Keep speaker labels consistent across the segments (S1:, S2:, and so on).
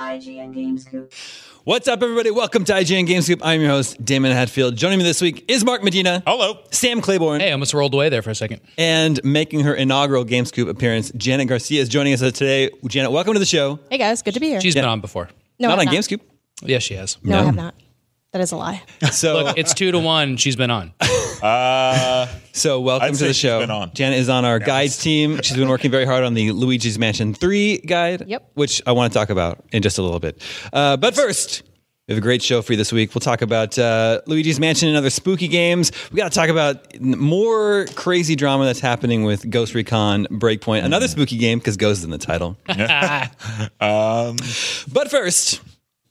S1: IGN Games Coop.
S2: What's up, everybody? Welcome to IGN Gamescoop. I'm your host, Damon Hatfield. Joining me this week is Mark Medina,
S3: Hello.
S2: Sam Claiborne,
S4: Oh. Hey, I almost rolled away there for a second.
S2: and making her inaugural Gamescoop appearance, Janet Garcia is joining us today. Janet, welcome to the show.
S5: Hey guys, good to be here.
S4: She's been on before.
S5: no,
S2: not
S5: I
S2: on
S5: have
S2: Gamescoop.
S4: Yeah, she has.
S5: No, I have not. That is a lie.
S2: So,
S4: Look, it's two to one. She's been on.
S2: so welcome
S3: I'd
S2: to
S3: say
S2: the
S3: she's
S2: show.
S3: been on.
S2: Janet is on our guides team. She's been working very hard on the Luigi's Mansion 3 guide,
S5: Yep.
S2: which I want to talk about in just a little bit. Uh, but first, we have a great show for you this week. We'll talk about uh, Luigi's Mansion and other spooky games. We got to talk about n- more crazy drama that's happening with Ghost Recon Breakpoint, another
S3: Mm.
S2: spooky game because Ghost is in the title. But first,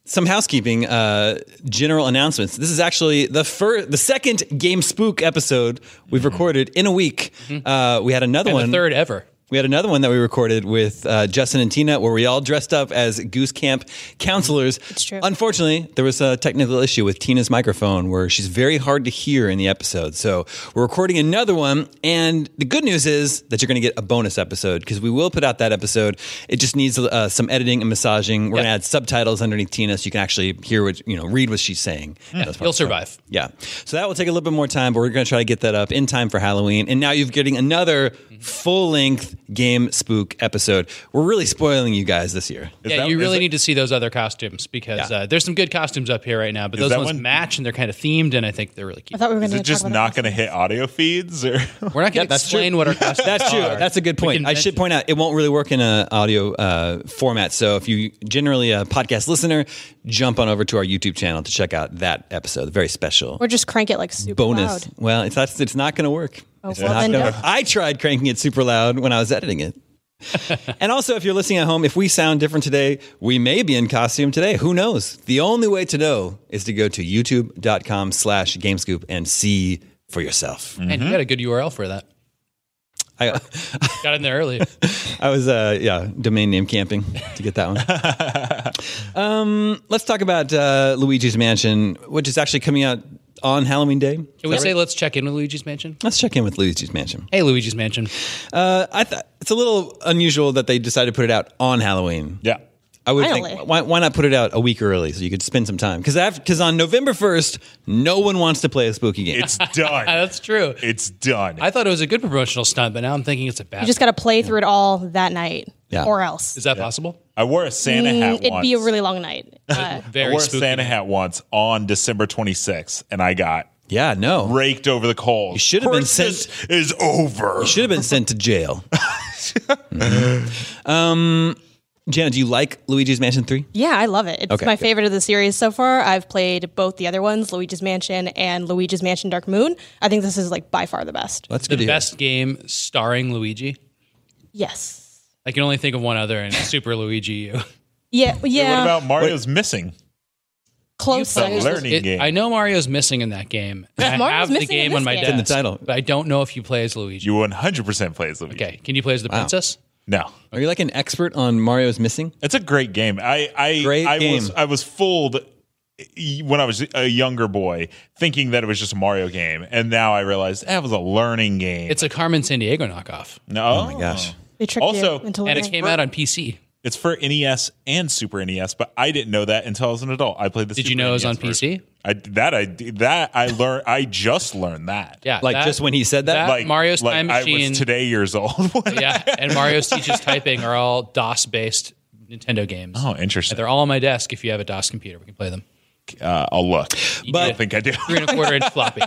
S2: some housekeeping uh, general announcements. This is actually the first, the second Game Spook episode we've recorded in a week. Uh, we had another
S4: Mm-hmm. the
S2: one.
S4: third ever.
S2: We had another one that we recorded with uh, Justin and Tina, where we all dressed up as Goose Camp counselors. It's
S5: true.
S2: Unfortunately, there was a technical issue with Tina's microphone, where she's very hard to hear in the episode. So we're recording another one, and the good news is that you're going to get a bonus episode because we will put out that episode. It just needs uh, some editing and massaging. We're going to
S4: Yeah.
S2: add subtitles underneath Tina, so you can actually hear what you know, read what she's saying. That's part
S4: Mm. You'll
S2: of the show.
S4: survive.
S2: Yeah. So that will take a little bit more time, but we're going to try to get that up in time for Halloween. And now you're getting another full length game spook episode. We're really spoiling you guys this year.
S3: Is
S4: yeah,
S3: that-
S4: you
S3: is
S4: really
S3: that-
S4: need to see those other costumes because
S2: Yeah.
S4: uh, there's some good costumes up here right now, but
S3: Is
S4: those
S3: that
S4: ones
S3: one-
S4: match and they're kind of themed, and I think they're really
S5: I
S4: cute.
S5: thought we were going
S3: Is
S5: to
S3: it just not going to hit audio feeds? Or
S4: We're not going to
S2: that's
S4: explain
S2: true.
S4: what our costumes
S2: That's true.
S4: are.
S2: That's a good point.
S4: can
S2: I should
S4: mention-
S2: point out it won't really work in a audio uh, format. So if you generally a podcast listener, jump on over to our YouTube channel to check out that episode. Very special.
S5: Or just crank it like super
S2: Bonus.
S5: loud.
S2: Well, it's that's it's not going to work.
S5: Oh,
S2: It's
S5: well,
S2: not
S5: then
S2: gonna-
S5: no.
S2: I tried cranking it super loud when I was editing it. and also, if you're listening at home, if we sound different today, we may be in costume today. Who knows? The only way to know is to go to youtube.com slash gamescoop and see for yourself.
S4: And you got a good URL for that.
S2: I,
S4: Got in there early.
S2: I was, uh, yeah, domain name camping to get that one. um, let's talk about uh, Luigi's Mansion, which is actually coming out on Halloween Day.
S4: Can we say let's check in with Luigi's Mansion?
S2: Let's check in with Luigi's Mansion.
S4: Hey, Luigi's Mansion.
S2: Uh, I th- it's a little unusual that they decided to put it out on Halloween.
S3: yeah,
S2: I would
S5: Finally.
S2: think why, why not put it out a week early so you could spend some time because because on November first, no one wants to play a spooky game.
S3: it's done.
S4: That's true.
S3: it's done.
S4: I thought it was a good promotional stunt, but now I'm thinking it's a bad.
S5: You just got to play through it all that night,
S2: Yeah.
S5: or else
S4: Is that possible?
S3: I wore a Santa
S5: Mm,
S3: hat
S5: it'd
S3: once.
S5: be a really long night. Uh,
S3: I
S4: Very
S3: wore a
S4: spooky.
S3: Santa hat once on December 26th, and I got
S2: yeah, no,
S3: raked over the coals. You
S2: should have been
S3: Christmas is over.
S2: should have been sent to jail. Mhm. Um, Jana, do you like Luigi's Mansion Three?
S5: yeah, I love it. It's
S2: Okay,
S5: my
S2: good.
S5: favorite of the series so far. I've played both the other ones, Luigi's Mansion and Luigi's Mansion Dark Moon. I think this is like by far the best.
S2: That's good. to
S4: The
S2: hear.
S4: best game starring Luigi.
S5: Yes.
S4: I can only think of one other, and it's Super Luigi U.
S5: Yeah. Yeah.
S3: What about Mario's missing?
S5: close?
S3: The learning
S4: It-
S3: game.
S4: I know Mario's missing in that game. I
S5: Mario's
S4: have the
S5: missing in
S4: game
S5: this
S4: on my
S5: game.
S4: desk,
S5: In
S2: the title.
S4: but I don't know if you play as Luigi.
S3: you 100% play as Luigi.
S4: okay, can you play as the princess?
S3: No.
S2: Are you like an expert on Mario's missing?
S4: Oh.
S3: It's a great game. I I
S2: Great
S3: I was
S2: game.
S3: I was fooled e, when I was a younger boy thinking that it was just a Mario game, and now I realize that was a learning game.
S4: It's a Carmen San Diego knockoff,
S3: no,
S2: Oh my gosh.
S5: They tricked
S3: Also-
S5: you into
S4: and
S5: learning.
S4: it came out on PC.
S3: It's for NES and Super NES, but I didn't know that until I was an adult. I played the.
S4: Did you
S3: Super
S4: know it was
S3: NES
S4: on PC?
S3: version. I that I that I learned. I just learned that.
S4: Yeah,
S2: Like
S4: that-
S2: just when he said that,
S4: that- Mario's
S3: like
S4: Time
S3: I
S4: Machine-
S3: was today years old. when
S4: yeah, and Mario's teaches typing are all DOS based Nintendo games.
S3: I- oh,
S4: And
S3: interesting.
S4: they're all on my desk. If you have a DOS computer, we can play them.
S3: Uh, I'll look. I
S2: But-
S3: don't think I do.
S4: Three and a quarter inch floppy.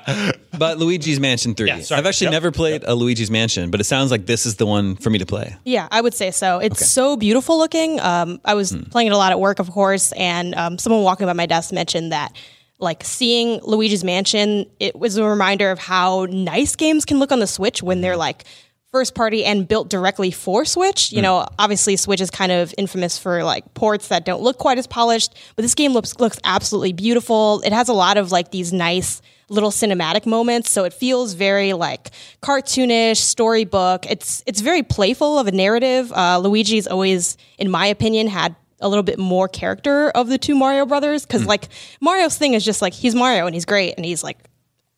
S2: but Luigi's Mansion Three.
S4: Yeah, sorry.
S2: I've actually never played a Luigi's Mansion, but it sounds like this is the one for me to play.
S5: Yeah, I would say so. It's so beautiful looking. Um, I was playing it a lot at work, of course, and um, someone walking by my desk mentioned that, like, seeing Luigi's Mansion, it was a reminder of how nice games can look on the Switch when they're like first party and built directly for Switch. You know, obviously, Switch is kind of infamous for like ports that don't look quite as polished, but this game looks looks absolutely beautiful. It has a lot of like these nice little cinematic moments so it feels very like cartoonish storybook it's it's very playful of a narrative uh, luigi's always in my opinion had a little bit more character of the two mario brothers
S4: Hmm.
S5: because like mario's thing is just like he's mario and he's great and he's like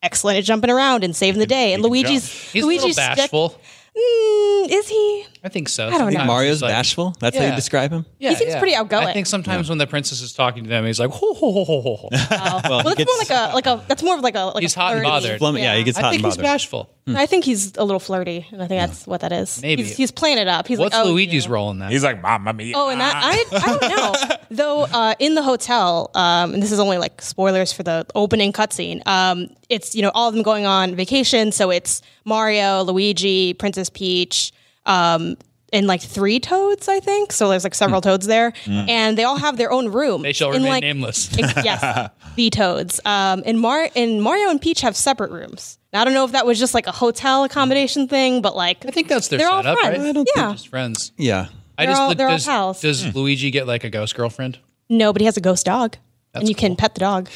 S5: excellent at jumping around and saving the day and
S3: he can
S5: luigi's
S3: jump.
S4: He's a
S5: luigi's
S4: little
S5: stick-
S4: bashful.
S5: Mm, is he?
S4: I think so.
S5: don't know.
S4: Sometimes
S2: Mario's
S4: it's like-
S2: bashful. That's how you
S4: Yeah.
S2: describe him.
S4: Yeah,
S5: He seems
S4: yeah.
S5: pretty outgoing.
S4: I think sometimes when the princess is talking to them, he's like, ho, ho, ho, ho, ho, ho.
S5: Well, that's more like a like a that's more of like a like
S4: He's
S5: a
S4: hot and
S5: flirty-
S4: bothered.
S2: Flum- yeah. he gets
S4: I
S2: hot
S4: think
S2: and
S4: he's
S2: bothered.
S4: bashful.
S5: I think he's a little flirty, and I think that's what that is.
S4: Maybe.
S5: he's, he's playing it up. He's
S4: What's
S5: like, oh,
S4: Luigi's role in that?
S3: He's like, Mama Mia.
S5: Oh, and that I, I don't know. Though uh, in the hotel, um, and this is only like spoilers for the opening cutscene. Um, it's you know all of them going on vacation, so it's Mario, Luigi, Princess Peach, um, and like three Toads, I think. So there's like several Toads there, and they all have their own room.
S4: Hmm. they shall
S5: in,
S4: remain
S5: like-
S4: nameless.
S5: Ex- yes, the Toads. Um, and Mar and Mario and Peach have separate rooms. Now, I don't know if that was just like a hotel accommodation thing, but like
S4: I think that's their
S5: they're all
S4: setup,
S5: friends.
S4: right?
S5: I don't
S4: They're
S5: Yeah.
S4: just friends.
S2: Yeah.
S4: I
S5: They're
S4: just
S5: all- they're all
S4: does,
S5: pals.
S4: does Luigi get like a ghost girlfriend?
S5: no, but he has a ghost dog, and you can pet the dog.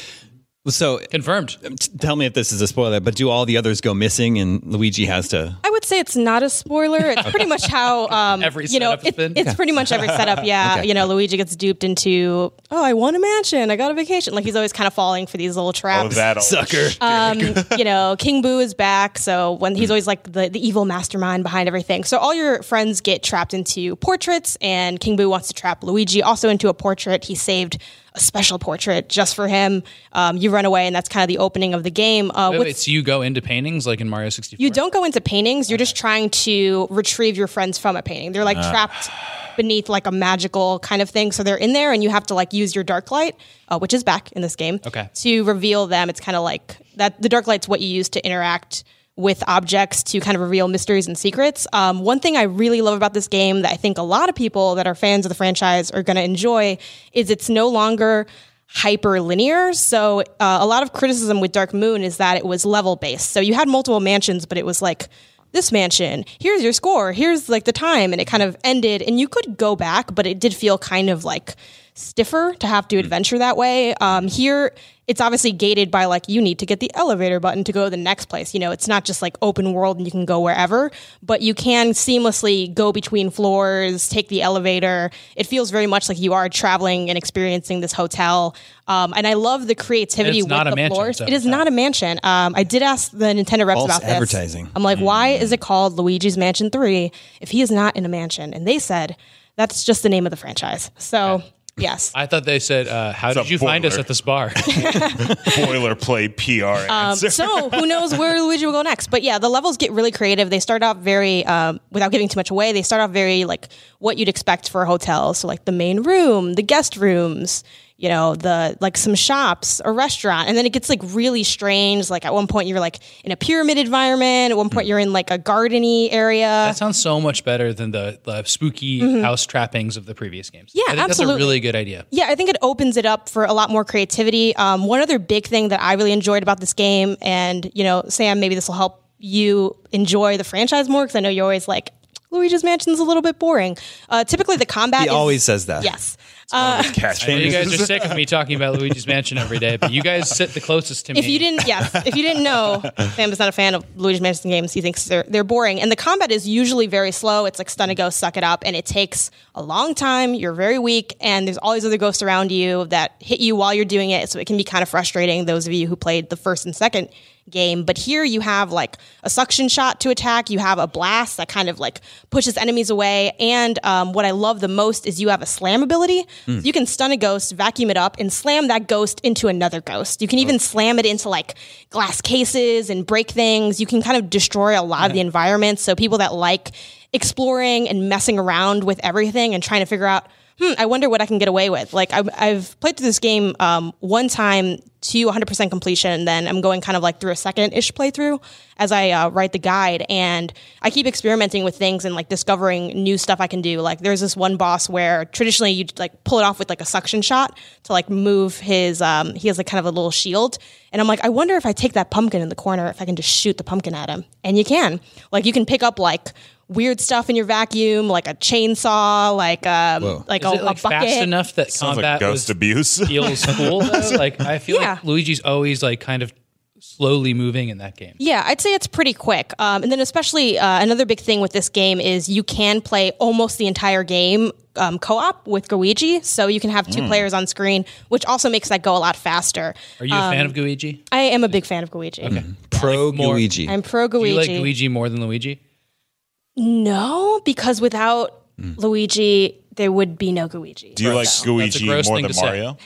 S2: So
S4: Confirmed.
S2: t- tell me if this is a spoiler, but do all the others go missing and Luigi has to?
S5: I would say it's not a spoiler. It's pretty much how um,
S4: Every
S5: you know.
S4: setup's been.
S5: It's pretty much every setup. Yeah, you know, Luigi gets duped into. Oh, I won a mansion. I got a vacation. Like he's always kind of falling for these
S4: Oh,
S5: little
S3: All of
S5: traps.
S3: that old
S2: Sucker.
S5: um, you know, King Boo is back, so when
S4: Hmm.
S5: he's always like the, the evil mastermind behind everything. So all your friends get trapped into portraits, and King Boo wants to trap Luigi also into a portrait. He saved a special portrait just for him. Um, you run away, and that's kind of the opening of the game. Uh,
S4: Wait,
S5: what's-
S4: wait, so Oh, you go into paintings like in Mario 64?
S5: you don't go into paintings. You're just trying to retrieve your friends from a painting. They're
S4: Ah.
S5: like trapped beneath like a magical kind of thing. So they're in there, and you have to like use your dark light, uh, which is back in this game,
S4: Okay.
S5: to reveal them. It's kind of like that. The dark light's what you use to interact with objects to kind of reveal mysteries and secrets. Um, one thing I really love about this game that I think a lot of people that are fans of the franchise are going to enjoy is it's no longer hyper linear. So uh, a lot of criticism with Dark Moon is that it was level based. So you had multiple mansions, but it was like this mansion, here's your score, here's like the time, and it kind of ended. And you could go back, but it did feel kind of like stiffer to have to adventure that way. Um, here, it's obviously gated by like you need to get the elevator button to go to the next place. You know, it's not just like open world and you can go wherever, but you can seamlessly go between floors, take the elevator. It feels very much like you are traveling and experiencing this hotel. Um, and I love the creativity
S4: it's
S5: with
S4: not a
S5: the
S4: mansion,
S5: floors.
S4: so-
S5: It is not a mansion. Um, I did ask the Nintendo reps
S2: False
S5: about this.
S2: advertising.
S5: I'm
S4: Hmm.
S5: like, why is it called Luigi's Mansion 3 if he is not in a mansion? And they said, that's just the name of the franchise. So, yes.
S4: I thought they said, uh, how
S3: a
S4: did you find us
S3: boiler.
S4: at this bar?
S3: boilerplate PR
S5: Um,
S3: answer.
S5: so who knows where Luigi will go next? But yeah, the levels get really creative. They start off very, um, without giving too much away, they start off very like what you'd expect for a hotel. So like the main room, the guest rooms, you know, the like some shops, a restaurant, and then it gets like really strange. Like at one point you're like in a pyramid environment. At one point you're in like a gardeny area.
S4: that sounds so much better than the, the spooky house trappings of the previous games.
S5: Mm-hmm. Yeah,
S4: I think that's
S5: absolutely.
S4: a really good idea.
S5: Yeah, I think it opens it up for a lot more creativity. Um, one other big thing that I really enjoyed about this game, and you know, Sam, maybe this will help you enjoy the franchise more because I know you're always like Luigi's Mansion's a little bit boring. Uh, typically, the combat
S2: He
S5: is,
S2: always says that.
S5: yes.
S3: Catch
S4: You
S3: me.
S4: guys are sick of me talking about Luigi's Mansion every day, but you guys sit the closest to me.
S5: If you didn't, yes, if you didn't know, Sam is not a fan of Luigi's Mansion games. He thinks they're they're boring, and the combat is usually very slow. It's like stun a ghost, suck it up, and it takes a long time. You're very weak, and there's all these other ghosts around you that hit you while you're doing it. So it can be kind of frustrating. Those of you who played the first and second game, but here you have like a suction shot to attack. You have a blast that kind of like pushes enemies away. And um, what I love the most is you have a slam ability. You can stun a ghost, vacuum it up, and slam that ghost into another ghost. You can even slam it into like glass cases and break things. You can kind of destroy a lot of the environment. So people that like exploring and messing around with everything and trying to figure out hmm, I wonder what I can get away with. Like I've, I've played through this game um, one time to 100% completion, and then I'm going kind of like through a second-ish playthrough as I uh, write the guide, and I keep experimenting with things and like discovering new stuff I can do. Like there's this one boss where traditionally you like pull it off with like a suction shot to like move his. Um, he has like kind of a little shield, and I'm like, I wonder if I take that pumpkin in the corner, if I can just shoot the pumpkin at him, and you can. Like you can pick up like weird stuff in your vacuum, like a chainsaw, like um, like
S4: Is
S5: a,
S4: it like
S5: a
S4: fast
S5: bucket.
S4: enough that
S3: Sounds like
S4: combat
S3: ghost
S4: was
S3: abuse.
S4: feels cool. Though. Like I feel
S5: Yeah.
S4: like Luigi's always like kind of slowly moving in that game.
S5: Yeah, I'd say it's pretty quick. Um, and then, especially uh, another big thing with this game is you can play almost the entire game um, co-op with Goichi, so you can have two players on screen, which also makes that go a lot faster.
S4: Hmm. Are you a fan
S5: um,
S4: of Luigi?
S5: I am a big fan of Goichi.
S2: Pro
S4: more-
S2: Luigi.
S5: I'm pro
S4: Do you like
S5: Goichi.
S4: Luigi more than Luigi?
S5: No, because without
S4: Hmm.
S5: Luigi, there would be no Luigi.
S3: Do you like
S4: That's a
S3: Luigi more
S4: gross
S3: than
S4: thing to say.
S3: Mario?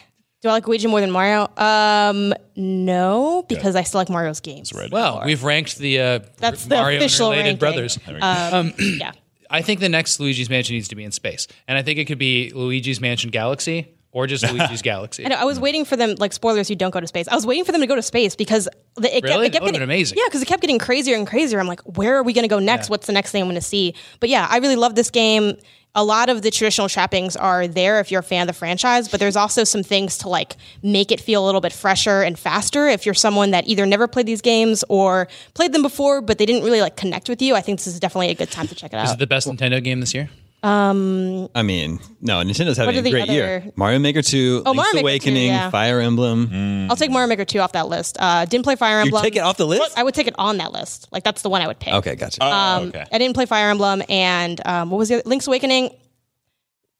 S5: Do I like Luigi more than Mario? Um, no, because I still like Mario's games.
S3: Right.
S4: Well, we've ranked the uh,
S5: That's the
S4: Mario
S5: official
S4: and
S5: ranking. Um,
S4: related brothers. Um,
S5: yeah.
S4: I think the next Luigi's Mansion needs to be in space, and I think it could be Luigi's Mansion Galaxy or just Luigi's Galaxy.
S5: I know. I was waiting for them. Like spoilers, you don't go to space. I was waiting for them to go to space because the, it, kept,
S4: Really?
S5: it
S4: That
S5: kept
S4: would've
S5: getting
S4: been amazing.
S5: Yeah, because it kept getting crazier and crazier. I'm like, where are we going to go next? What's the next thing I'm going to see? But yeah, I really love this game. A lot of the traditional trappings are there if you're a fan of the franchise, but there's also some things to like make it feel a little bit fresher and faster. If you're someone that either never played these games or played them before, but they didn't really like connect with you, I think this is definitely a good time to check it
S4: Is
S5: out.
S4: it the best Nintendo game this year?
S2: I mean, no, Nintendo's having
S5: are
S2: a
S5: the
S2: great
S5: other- Oh,
S2: year. Mario Maker 2, Link's
S5: Mario Maker 2,
S2: Awakening,
S5: yeah.
S2: Fire Emblem.
S4: Mm-hmm.
S5: I'll take Mario Maker 2 off that list. Uh, didn't play Fire
S2: You
S5: Emblem.
S2: take it off the list?
S5: I would take it on that list. Like that's the one I would pick.
S2: Okay, gotcha.
S4: Uh,
S3: Oh, okay.
S5: Um, I didn't play Fire Emblem, and um, what was the other? Link's Awakening?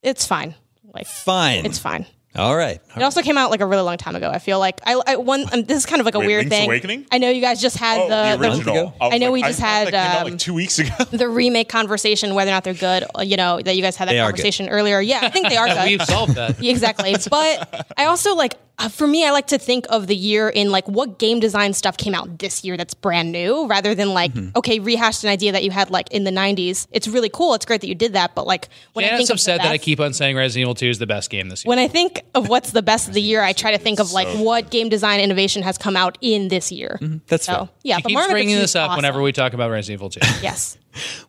S5: It's fine. Like
S2: fine.
S5: it's fine.
S2: All right.
S5: It also came out like a really long time ago. I feel like I, I one. Um, this is kind of like a
S3: Wait,
S5: weird
S3: Link's
S5: thing.
S3: Awakening?
S5: I know you guys just had
S3: Oh,
S5: the,
S3: the
S5: the-
S3: original.
S2: ago?
S3: was
S5: I know we
S3: like,
S5: just
S3: thought
S5: had,
S3: that came out
S5: um,
S3: like two weeks ago.
S5: the remake conversation, whether or not they're good. uh, You know that you guys had that
S2: They are good.
S5: conversation earlier. Yeah, I think they are good.
S4: We've solved that.
S5: Yeah, exactly. But I also like uh, for me, I like to think of the year in like what game design stuff came out this year that's brand new, rather than like
S4: Mm-hmm.
S5: okay, rehashed an idea that you had like in the '90s. It's really cool. It's great that you did that, but like when I
S4: Janet's
S5: think of the
S4: upset that I
S5: best-
S4: keep on saying Resident Evil 2 is the best game this year.
S5: When I think of what's the best of the year, I try to think of like what game design innovation has come out in this year.
S2: That's
S5: So
S2: fair.
S4: Mm-hmm.
S5: yeah,
S4: she
S5: but
S4: keeps
S5: Mario Maker
S4: bringing
S5: 2 is
S4: this up
S5: awesome.
S4: whenever we talk about Resident Evil 2.
S5: Yes,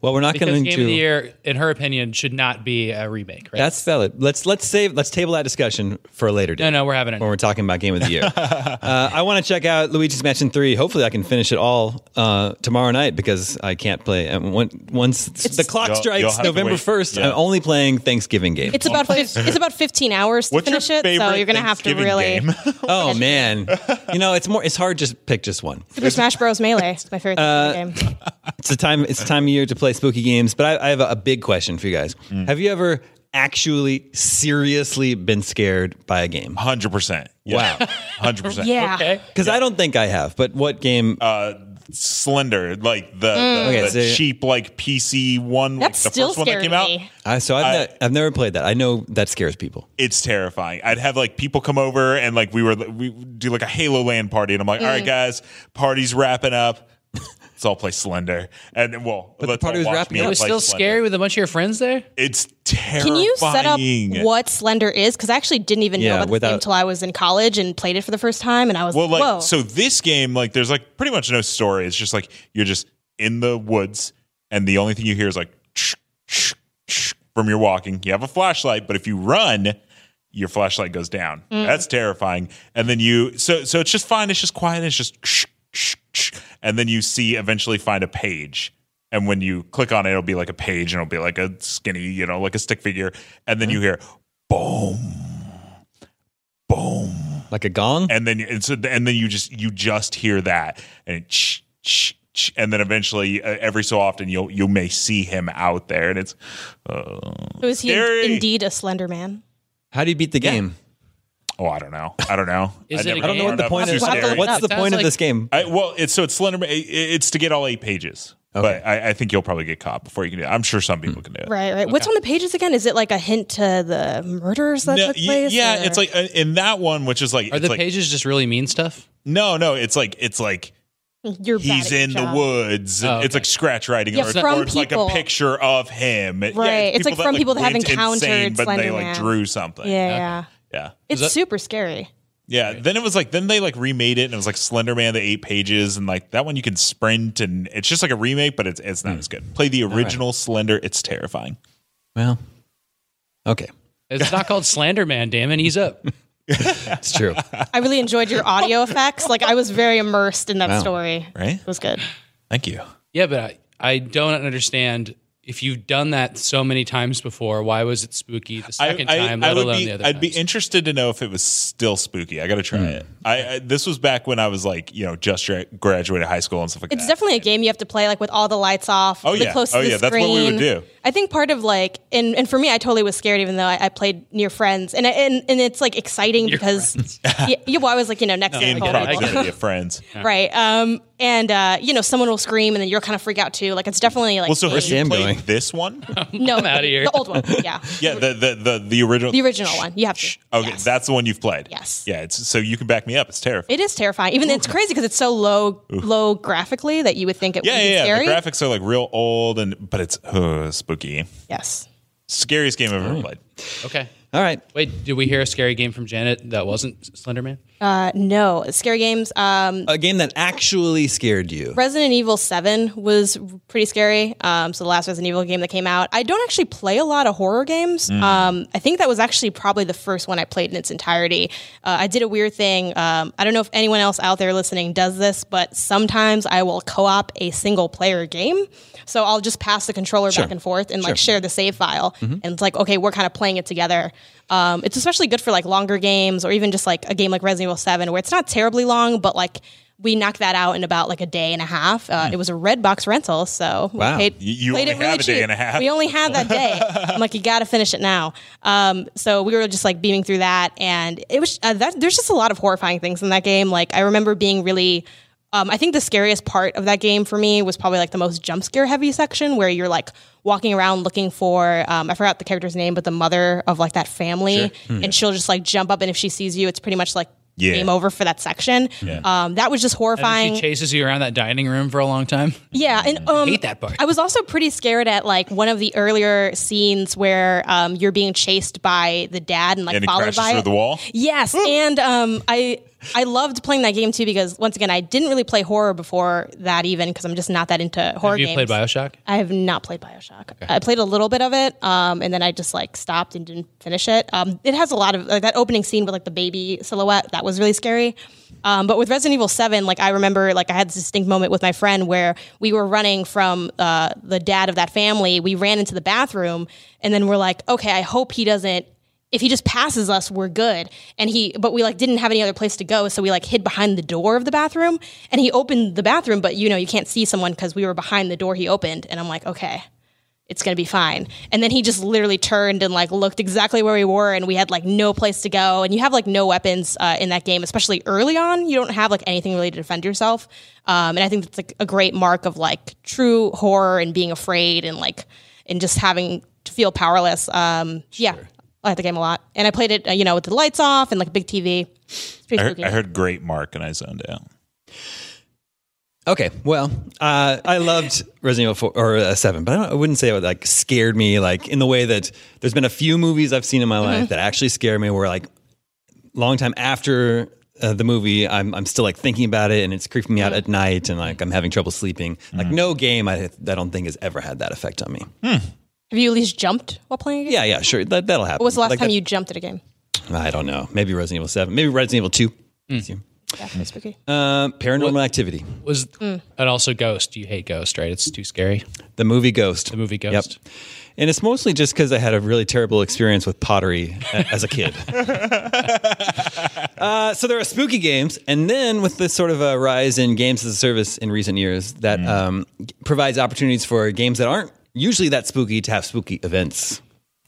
S2: Well, we're not
S4: Because
S2: going
S4: game of
S2: to.
S4: the year, in her opinion, should not be a remake, right?
S2: That's valid. Let's let's save let's table that discussion for a later day.
S4: no, no, we're having
S2: when
S4: it.
S2: we're talking about game of the year. uh, I want to check out Luigi's Mansion Three. Hopefully, I can finish it all uh, tomorrow night because I can't play. And when, once the clock
S3: You'll- you'll
S2: strikes
S3: have to
S2: November
S3: wait.
S2: first,
S3: Yeah.
S2: I'm only playing Thanksgiving games.
S5: it's about fif- it's about 15 hours to
S3: What's your
S5: finish it,
S3: favorite
S5: so you're gonna have to
S3: Thanksgiving
S5: really
S3: game?
S2: oh man, you know it's more. It's hard to just pick just one.
S5: Super Smash Bros. Melee. is my favorite
S4: Uh,
S5: game.
S2: It's the time. It's the time of year to play spooky games. But I, I have a, a big question for you guys.
S3: Hmm.
S2: Have you ever actually seriously been scared by a game?
S3: Hundred percent.
S2: Wow.
S3: Hundred percent.
S5: Yeah.
S4: Okay.
S2: Because I don't think I have. But what game?
S3: Uh, Slender, like the, the,
S2: Okay,
S3: the
S2: so-
S3: cheap, like PC one.
S5: Mm. That's
S3: like the
S5: still
S3: first one that
S5: scary
S3: came
S5: to
S3: out.
S5: me.
S2: I, so I've, ne- I've never played that. I know that scares people.
S3: it's terrifying. I'd have like people come over and like we were we do like a Halo Land party, and I'm like, all
S5: Mm.
S3: right, guys, party's wrapping up. Let's all play Slender, and then, well, but
S2: the party was wrapping
S4: It
S2: up.
S4: was still scary with a bunch of your friends there?
S3: It's terrifying.
S5: Can you set up what Slender is? Because I actually didn't even
S2: Yeah,
S5: know about this
S2: without-
S5: game until I was in college and played it for the first time, and I was
S3: Well, like
S5: whoa.
S3: so this game, like there's like pretty much no story. It's just like you're just in the woods, and the only thing you hear is like from your walking. You have a flashlight, but if you run, your flashlight goes down. That's terrifying. And then you so so it's just fine. It's just quiet. It's just and then you see eventually find a page. And when you click on it, it'll be like a page, and it'll be like a skinny, you know, like a stick figure. And then you hear boom, boom
S2: Like a gong.
S3: and then and so and then you just you just hear that and it ch, ch, ch, and then eventually uh, every so often you'll you may see him out there and it's uh,
S5: was he
S3: scary.
S5: indeed a Slender Man?
S2: How do you beat the game?
S3: oh I don't know I don't know
S4: Is it a
S3: never
S4: game? I don't know what
S3: learned
S2: the
S3: that.
S2: point
S3: It's too
S2: is.
S5: We'll have to
S3: scary.
S5: look
S2: What's
S5: it up.
S2: the
S4: Sounds
S2: point of
S4: like-
S2: this game?
S3: I, well it's so it's Slenderman it, it's to get all eight pages but I, I think you'll probably get caught before you can do it I'm sure some people can do it
S5: Right, right. What's on the pages again? Is it like a hint to the murders that
S3: No,
S5: took
S3: y-
S5: place?
S3: yeah,
S5: or-
S3: it's like uh, in that one, which is like,
S4: Are
S3: it's
S4: the
S3: like
S4: pages just really mean stuff?
S3: no, no, it's like it's like
S5: you're bad
S3: he's
S5: at your
S3: in the
S5: job.
S3: woods.
S4: Oh,
S3: It's
S4: okay.
S3: like scratch writing,
S5: Yeah,
S3: or,
S5: from
S3: or it's like a
S5: people.
S3: picture of him. Right.
S5: It's like from people that have encountered
S3: insane, but they
S5: Slender
S3: like
S5: Man.
S3: drew something.
S5: Yeah, yeah.
S3: yeah,
S5: It's super scary.
S3: yeah. Then it was like then they like remade it, and it was like Slender Man, the eight pages, and like that one you can sprint, and it's just like a remake, but it's it's
S4: Hmm.
S3: not as good. Play the original Slender; it's terrifying.
S2: Well, okay,
S4: It's not called Slender Man, damn it. He's up.
S2: it's true.
S5: I really enjoyed your audio effects. Like I was very immersed in that
S2: Wow.
S5: story.
S3: Right?
S5: It was good.
S3: Thank you.
S4: Yeah, but I, I don't understand. If you've done that so many times before, why was it spooky the second time, let
S3: would
S4: alone
S3: be,
S4: the other
S3: I'd be
S4: times? Hmm.
S3: interested to know if it was still spooky. I got to try it. I, I this was back when I was like you know just gra- graduated high school and stuff like
S5: It's
S3: that.
S5: definitely a game you have to play like with all the lights off.
S3: Oh,
S5: the
S3: yeah.
S5: Close
S3: Oh,
S5: to the
S3: yeah, that's what we would
S5: screen.
S3: do.
S5: I think part of like, and, and for me, I totally was scared, even though I, I played near friends, and I- and and it's like exciting because yeah, yeah, well, I was like you know next to
S3: in
S5: a couple people.
S3: proximity of friends.
S5: right? Um, and uh, you know someone will scream and then you'll kind of freak out too. Like it's definitely like
S3: Well, so have
S5: a-
S3: you
S2: Sam
S3: played
S2: going?
S3: this one?
S5: no,
S4: I'm outta here.
S5: the old one, yeah,
S3: yeah, the the the, the original.
S5: the original one. You have to.
S3: Okay,
S5: Yes.
S3: that's the one you've played.
S5: Yes.
S3: Yeah, it's so you can back me up. It's terrifying.
S5: It is terrifying. Even it's crazy because it's so low, low graphically that you would think it
S3: yeah,
S5: would be
S3: yeah, yeah.
S5: scary.
S3: The graphics are like real old, and but it's uh, spooky.
S5: yes.
S3: Scariest game
S2: Mm.
S3: I've ever played.
S4: Okay.
S2: All right.
S4: Wait, did we hear a scary game from Janet that wasn't Slenderman?
S5: Uh, no, scary games. Um,
S2: A game that actually scared you.
S5: Resident Evil Seven was pretty scary. Um, so the last Resident Evil game that came out. I don't actually play a lot of horror games. Um, I think that was actually probably the first one I played in its entirety. Uh, I did a weird thing. Um, I don't know if anyone else out there listening does this, but sometimes I will co-op a single player game. So I'll just pass the controller back and forth and like share the save file.
S3: Mm-hmm.
S5: And it's like, okay, we're kind of playing it together. Um, it's especially good for like longer games or even just like a game like Resident Evil 7 where it's not terribly long, but like we knocked that out in about like a day and a half. Uh, It was a red box rental, so
S2: Wow.
S5: we paid,
S3: Hmm. You- you
S5: played
S3: only
S5: it really
S3: have a day
S5: cheap.
S3: and a half.
S5: We only had that day. I'm like, you got to finish it now. Um, so we were just like beaming through that, and it was uh, that, there's just a lot of horrifying things in that game. Like I remember being really. Um, I think the scariest part of that game for me was probably like the most jump scare heavy section where you're like walking around looking for um, I forgot the character's name, but the mother of like that family, and she'll just like jump up, and if she sees you, it's pretty much like
S3: Yeah.
S5: game over for that section. Um, that was just
S4: She
S5: horrifying.
S4: chases you around that dining room for a long time.
S5: Yeah, and um,
S4: hate that part.
S5: I was also pretty scared at like one of the earlier scenes where um, you're being chased by the dad and like
S3: And it
S5: followed
S3: crashes
S5: by
S3: through
S5: it.
S3: the wall.
S5: Yes, and um, I I loved playing that game too because once again I didn't really play horror before that even because I'm just not that into horror
S4: Have you
S5: games.
S4: played Bioshock?
S5: I have not played Bioshock. I played a little bit of it, um, and then I just like stopped and didn't finish it. Um, it has a lot of like that opening scene with like the baby silhouette that was really scary. Um, but with Resident Evil Seven, like I remember, like I had this distinct moment with my friend where we were running from uh, the dad of that family. We ran into the bathroom, and then we're like, okay, I hope he doesn't if he just passes us, we're good. And he, but we like didn't have any other place to go, so we like hid behind the door of the bathroom. And he opened the bathroom, but you know you can't see someone because we were behind the door he opened. And I'm like, okay, it's gonna be fine. And then he just literally turned and like looked exactly where we were, and we had like no place to go. And you have like no weapons uh, in that game, especially early on. You don't have like anything really to defend yourself. Um, and I think that's like a great mark of like true horror and being afraid and like and just having to feel powerless. Um, Yeah. I like the game a lot, and I played it, uh, you know, with the lights off and like a big TV. It's
S3: I
S5: pretty
S3: heard,
S5: spooky.
S3: I heard great mark, and I zoned out.
S2: Okay, well, uh, I loved Resident Evil 4 or uh, 7, but I, don't, I wouldn't say it like scared me like in the way that there's been a few movies I've seen in my life that actually scare me where like long time after uh, the movie I'm I'm still like thinking about it and it's creeping me out at night and like I'm having trouble sleeping. Like no game I I don't think has ever had that effect on me.
S5: Have you at least jumped while playing a game?
S2: Yeah, yeah, sure. That that'll happen.
S5: What was the last
S2: Like
S5: time
S2: that-
S5: you jumped at a game?
S2: I don't know. Maybe Resident Evil 7, maybe Resident Evil 2.
S5: Yeah, pretty spooky.
S2: Uh, paranormal activity.
S4: Was and also Ghost? You hate Ghost, right? It's too scary.
S2: The movie Ghost. The
S4: movie Ghost.
S2: Yep. And it's mostly just because I had a really terrible experience with pottery a- as a kid. uh, so there are spooky games, and then with this sort of a rise in games as a service in recent years, that um, g- provides opportunities for games that aren't usually that spooky to have spooky events,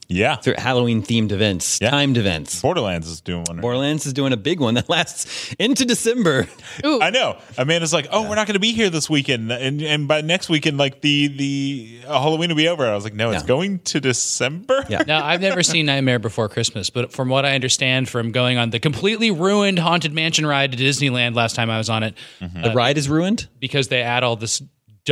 S3: Yeah,
S2: Halloween themed events,
S3: Yeah.
S2: timed events.
S3: Borderlands is doing one.
S2: Borderlands is doing a big one that lasts into December.
S3: I know. Amanda's like, oh, we're not going to be here this weekend, and and by next weekend, like the the uh, Halloween will be over. I was like, no, it's
S2: Yeah.
S3: going to December.
S2: Yeah.
S4: Now I've never seen Nightmare Before Christmas, but from what I understand from going on the completely ruined haunted mansion ride to Disneyland last time I was on it,
S2: the ride is ruined.
S4: because they add all this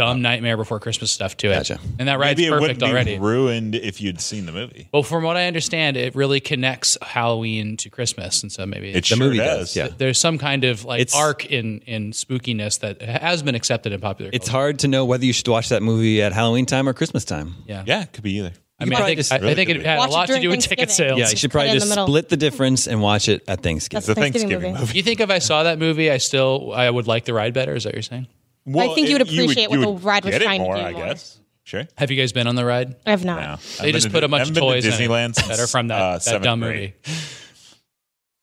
S4: dumb Nightmare Before Christmas stuff to it,
S2: Gotcha.
S4: and that ride's
S3: Maybe it wouldn't
S4: perfect
S3: be
S4: already.
S3: ruined if you'd seen the movie.
S4: well, from what I understand, it really connects Halloween to Christmas, and so maybe
S3: It
S4: it's
S2: The
S3: sure
S2: movie
S3: does.
S2: does. Yeah.
S4: there's some kind of like
S2: It's-
S4: arc in in spookiness that has been accepted in popular.
S2: It's
S4: culture.
S2: hard to know whether you should watch that movie at Halloween time or Christmas time.
S3: Yeah, it could be either.
S4: I mean, I
S2: probably
S4: think
S2: just
S4: I, I
S3: really
S4: think
S3: could
S4: it
S3: be.
S4: had
S5: Watch
S4: a
S5: it
S4: lot to
S5: during
S4: do with ticket
S5: Thanksgiving.
S4: sales.
S2: Yeah, you should
S5: Cut
S2: probably
S5: it in the
S2: just
S5: middle.
S2: split the difference and watch it at Thanksgiving.
S5: That's
S3: The
S5: a Thanksgiving,
S3: Thanksgiving
S5: movie.
S3: movie.
S4: You think if I saw that movie, I still I would like the ride better? Is that what you're saying?
S3: Well,
S5: I think you would
S3: it-
S5: appreciate what
S3: you
S5: the
S3: would
S5: ride was
S3: get it
S5: trying to
S3: more,
S5: do
S3: I
S5: more.
S3: guess. Sure.
S4: Have you guys been on the ride?
S5: I have not.
S3: No.
S4: They just put a bunch of toys
S3: to
S4: in it
S3: Disneyland
S4: that are from that,
S3: uh,
S4: that
S3: seventh
S4: dumb
S3: grade.
S4: movie.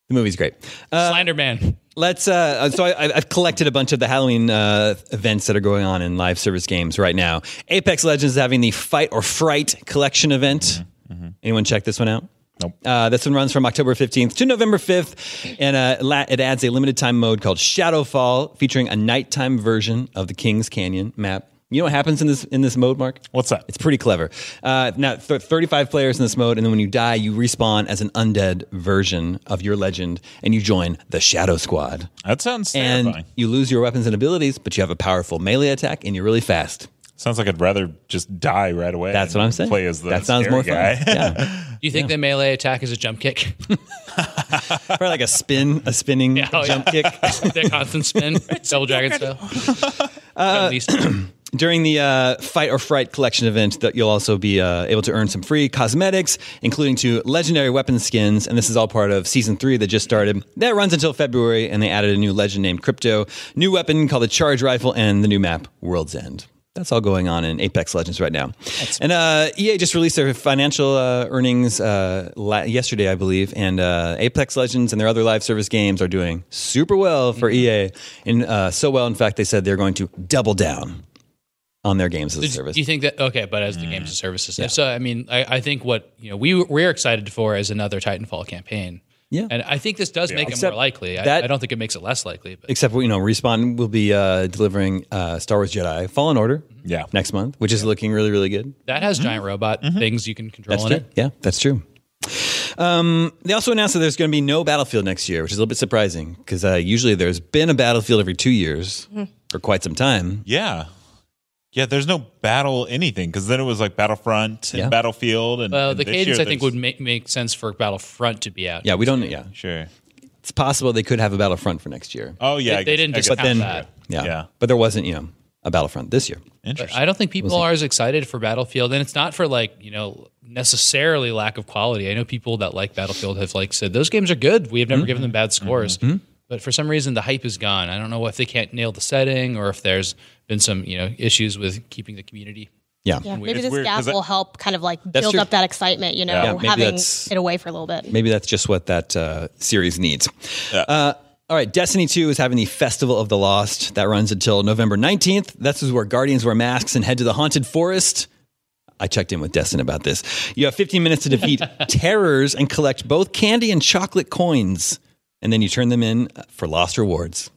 S2: The movie's great. Uh,
S4: Slenderman.
S2: let's. Uh, uh, so I, I- I've collected a bunch of the Halloween uh, events that are going on in live service games right now. Apex Legends is having the Fight or Fright collection event. Anyone check this one out?
S3: Nope.
S2: Uh, this one runs from October 15th to November 5th, and uh, la- it adds a limited time mode called Shadowfall, featuring a nighttime version of the Kings Canyon map. You know what happens in this in this mode, Mark?
S3: What's that?
S2: It's pretty clever. Uh, now, th- 35 players in this mode, and then when you die, you respawn as an undead version of your legend, and you join the Shadow Squad.
S3: That sounds
S2: And
S3: terrifying.
S2: you lose your weapons and abilities, but you have a powerful melee attack, and you're really fast.
S3: Sounds like I'd rather just die right away.
S2: That's
S3: and
S2: what I'm saying.
S3: Play as the
S2: that sounds
S3: scary
S2: more fun.
S3: guy.
S2: Yeah.
S4: Do you think the melee attack is a jump kick?
S2: Probably like a spin, a spinning
S4: oh,
S2: jump kick.
S4: Their constant spin, double dragon style.
S2: Uh,
S4: At least.
S2: During the uh, Fight or Fright collection event, that you'll also be uh, able to earn some free cosmetics, including two legendary weapon skins. And this is all part of season three that just started. That runs until February, and they added a new legend named Crypto, new weapon called the Charge Rifle, and the new map World's End. That's all going on in Apex Legends right now. and uh, EA just released their financial uh, earnings uh, la- yesterday, I believe. And uh, Apex Legends and their other live service games are doing super well for EA. And uh, so well, in fact, they said they're going to double down on their games as a service.
S4: Do you think that okay? But as the games
S3: Mm.
S4: and services, so I mean, I, I think what you know we we're excited for is another Titanfall campaign.
S2: Yeah.
S4: and I think this does make it
S2: Except
S4: more likely. I,
S2: that-
S4: I don't think it makes it less likely. But
S2: Except you know, respawn will be uh, delivering uh, Star Wars Jedi Fallen Order.
S3: Mm-hmm. Yeah.
S2: next month, which is looking really really good.
S4: that has giant robot
S3: Mm-hmm.
S4: things you can control
S2: That's
S4: in
S2: true.
S4: it.
S2: Yeah, that's true. Um, they also announced that there's going to be no Battlefield next year, which is a little bit surprising because uh, usually there's been a Battlefield every two years for quite some time.
S3: Yeah. Yeah, there's no battle anything because then it was like Battlefront and
S2: Yeah.
S3: Battlefield. And,
S4: Well,
S3: and
S4: Uh, the
S3: this
S4: cadence
S3: year
S4: I think
S3: there's-
S4: would make make sense for Battlefront to be out.
S2: Yeah, we don't. Yeah,
S3: Sure.
S2: it's possible they could have a Battlefront for next year.
S3: Oh, yeah.
S4: They-
S3: I
S4: they
S3: guess-
S4: didn't
S3: I guess
S4: discount
S3: that's
S4: that.
S3: true.
S2: Yeah.
S3: Yeah.
S2: but there wasn't you know a Battlefront this year.
S4: But
S3: Interesting.
S4: I don't think people are as excited for Battlefield, and it's not for like you know necessarily lack of quality. I know people that like Battlefield have like said those games are good. We have never given them bad scores, but for some reason the hype is gone. I don't know if they can't nail the setting or if there's been some you know issues with keeping the community.
S2: Yeah,
S5: Yeah, maybe
S3: It's
S5: this
S3: weird 'cause
S5: gap
S3: I-
S5: will help kind of like build
S2: true.
S5: up that excitement, you know,
S3: Yeah,
S2: maybe
S5: having
S2: that's-
S5: it away for a little bit.
S2: maybe that's just what that uh, series needs. Uh, all right, Destiny 2 is having the Festival of the Lost that runs until November 19th. This is where guardians wear masks and head to the haunted forest. I checked in with Destin about this. You have 15 minutes to defeat terrors and collect both candy and chocolate coins, and then you turn them in for lost rewards.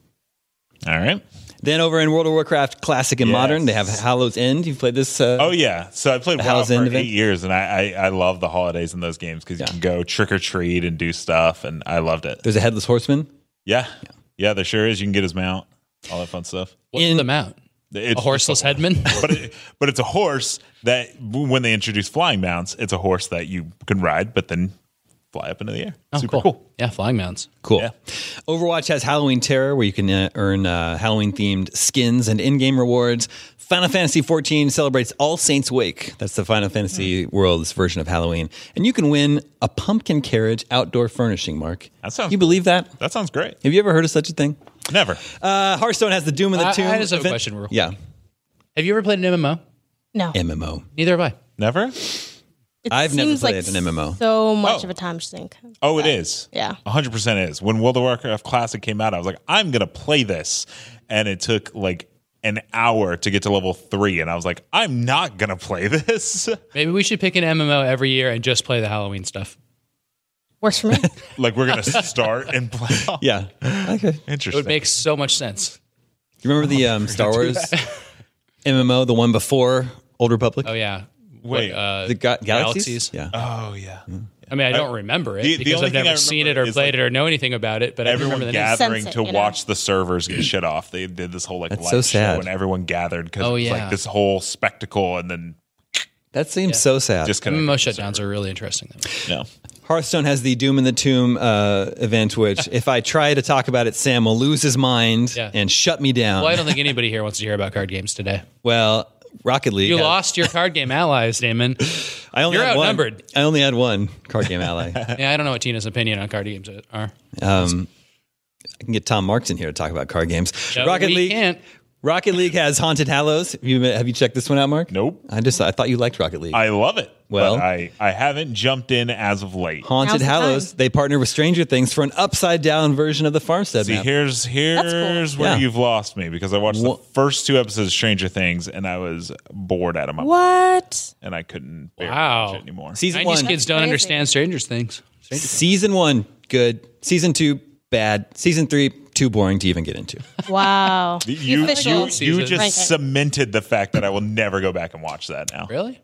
S3: All right.
S2: Then over in World of Warcraft Classic and Modern, they have Hallow's End. You've played this? Uh,
S3: Oh, yeah. So I played WoW
S2: Hell's
S3: for
S2: End
S3: eight
S2: event?
S3: years and I, I, I love the holidays in those games because you can go trick or treat and do stuff. And I loved it.
S2: There's a Headless Horseman.
S3: Yeah. Yeah, there sure is. You can get his mount, all that fun stuff.
S4: What's
S2: In-
S4: the mount?
S3: It's
S4: A horseless headman.
S3: but it, but it's a horse that when they introduce flying mounts, it's a horse that you can ride, but then fly up into the air.
S4: Oh,
S3: Super cool.
S4: Yeah, flying mounts.
S2: Cool.
S3: Yeah.
S2: Overwatch has Halloween Terror, where you can uh, earn uh, Halloween themed skins and in game rewards. Final Fantasy XIV celebrates All Saints Wake. That's the Final Fantasy world's version of Halloween. And you can win a pumpkin carriage outdoor furnishing, Mark.
S3: That sounds-
S2: You believe that?
S3: That sounds great.
S2: Have you ever heard of such a thing?
S3: Never.
S2: Uh, Hearthstone has the Doom and the
S4: I- I
S2: Tomb.
S4: just have a question real quick.
S2: Yeah.
S4: Have you ever played an MMO?
S5: No,
S2: MMO.
S4: Neither have I.
S3: Never?
S5: it
S2: I've never
S5: seems
S2: played
S5: like
S2: an MMO.
S5: So much
S3: Oh.
S5: of a time sink.
S3: Oh, it is.
S5: yeah.
S3: 100% is. When World of Warcraft Classic came out, I was like, I'm going to play this. And it took like an hour to get to level three. And I was like, I'm not going to play this.
S4: Maybe we should pick an MMO every year and just play the Halloween stuff.
S5: Works for me.
S3: like, we're going to start and play.
S2: Yeah. Okay.
S4: It would
S3: Interesting.
S4: make so much sense.
S2: You remember the um, Star Wars MMO, the one before Old Republic?
S4: Oh yeah.
S3: Wait.
S4: uh,
S2: The Ga- Galaxies?
S4: Galaxies? Uh,
S2: Yeah.
S3: oh, yeah.
S4: I mean, I don't remember it
S3: the- the
S4: because
S3: only
S4: I've
S3: thing I
S4: never seen it
S3: remember
S4: or
S3: is,
S4: played
S3: like,
S4: it or know anything about it. But I do
S3: everyone
S4: remember the name.
S3: gathering
S5: Sunset,
S3: to
S5: you know?
S3: watch the servers get shit off. They did this whole like
S2: That's
S3: live
S2: so sad.
S3: show and everyone gathered because
S4: Oh,
S3: it's
S4: yeah.
S3: like this whole spectacle and then
S2: That seems so sad.
S3: just kind of
S4: MMO shutdowns are really interesting. though.
S3: no.
S2: Hearthstone has the Doom and the Tomb uh, event, which if I try to talk about it, Sam will lose his mind
S4: Yeah.
S2: and shut me down.
S4: Well, I don't think anybody here wants to hear about card games today.
S2: Well, Rocket League.
S4: You
S2: had-
S4: lost your card game allies, Damon.
S2: I only
S4: You're
S2: had one-
S4: outnumbered.
S2: I only had one card game ally. I
S4: Yeah, I don't know what Tina's opinion on card games are.
S2: can get Tom Marks in here to talk about card games.
S4: No,
S2: Rocket
S4: we
S2: League.
S4: can't.
S2: Rocket League has Haunted Hallows. Have you, have you checked this one out, Mark?
S3: Nope.
S2: I just I thought you liked Rocket League.
S3: I love it.
S2: Well-
S3: but I, I haven't jumped in as of late.
S2: Haunted
S5: Now's the
S2: Hallows.
S5: time.
S2: They partner with Stranger Things for an upside down version of the Farmstead
S3: See,
S2: map.
S3: here's here's where
S2: Yeah.
S3: you've lost me because I watched
S2: Wha-
S3: the first two episodes of Stranger Things and I was bored out of my mind
S5: What?
S3: and I couldn't bear
S4: Wow.
S3: to watch it anymore.
S2: Season
S4: 90s
S2: one,
S4: kids don't
S5: Amazing.
S4: understand Stranger Things.
S2: season one, good. Season two, bad. Season three, too boring to even get into.
S5: Wow.
S3: you you,
S5: Official.
S3: you
S4: Season.
S3: just
S5: Right.
S3: cemented the fact that I will never go back and watch that now.
S4: Really?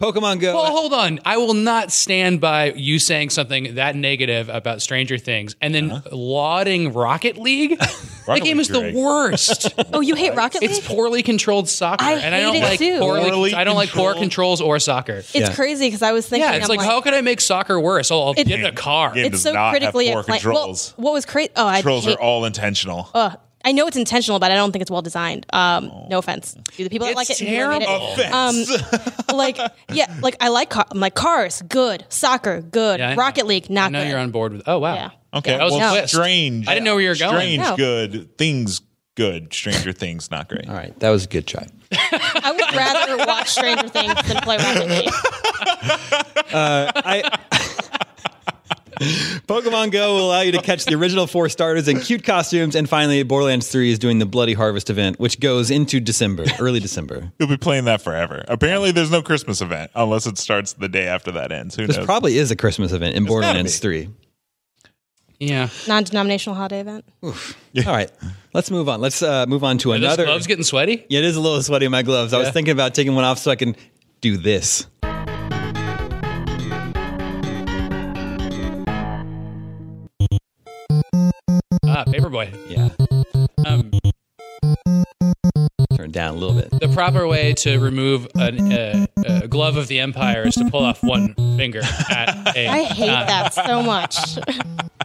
S2: Pokemon Go.
S4: Well, hold on. I will not stand by you saying something that negative about Stranger Things and then lauding Rocket League. that
S3: Uh-huh. Rocket
S4: game is
S3: League's
S4: the
S3: great.
S4: worst.
S5: Oh, you hate Rocket League?
S4: it's poorly controlled soccer,
S5: I
S4: and I
S5: hate
S4: don't
S5: it
S4: like
S5: too.
S4: poorly.
S3: Poorly
S4: I don't like poor
S3: controlled.
S4: controls or soccer.
S5: It's
S2: Yeah.
S5: crazy because I was thinking.
S4: Yeah, it's
S5: I'm
S4: like,
S5: like
S4: how could I make soccer worse? Oh, I'll
S5: It's-
S4: get in a car.
S3: Yeah. It
S5: it's
S3: does
S5: so
S3: not have
S5: critically
S3: poor
S5: acclaimed.
S3: controls.
S5: Well, what was crazy? Oh, I
S3: Trolls
S5: hate,
S3: are
S5: Oh,
S3: all intentional.
S5: Ugh. I know it's intentional, but I don't think it's well designed. Um,
S3: Oh.
S5: No offense to the people that
S4: It's
S5: like it. and who made it.
S4: terrible.
S5: Um, like yeah, like I like car- I'm like cars, good. Soccer, good.
S4: Yeah, I know.
S5: Rocket League, not
S4: Now
S5: good.
S4: you're on board with. Oh wow.
S5: Yeah.
S3: okay,
S4: I was
S3: well,
S4: pissed.
S3: strange.
S4: I didn't know where you were going.
S3: Strange,
S5: No.
S3: good things, good. Stranger Things, not great.
S2: All right, that was a good try.
S5: I would rather watch Stranger Things than play Rocket League.
S2: I. Pokemon Go will allow you to catch the original four starters in cute costumes. And finally, Borderlands 3 is doing the Bloody Harvest event, which goes into December, early December.
S3: You'll be playing that forever. Apparently, there's no Christmas event unless it starts the day after that ends. Who
S2: This
S3: knows?
S2: probably is a Christmas event in Borderlands
S3: be.
S2: 3.
S4: Yeah.
S5: Non-denominational holiday event.
S2: All right, let's move on. Let's uh, move on to
S4: Are those
S2: another.
S4: gloves getting sweaty?
S2: Yeah, it is a little sweaty in my gloves. I was thinking about taking one off so I can do this.
S4: Ah, paperboy.
S2: Yeah,
S4: Um,
S2: turn it down a little bit.
S4: the proper way to remove an, uh, a glove of the empire is to pull off one finger at a
S5: I hate
S4: time.
S5: that so much.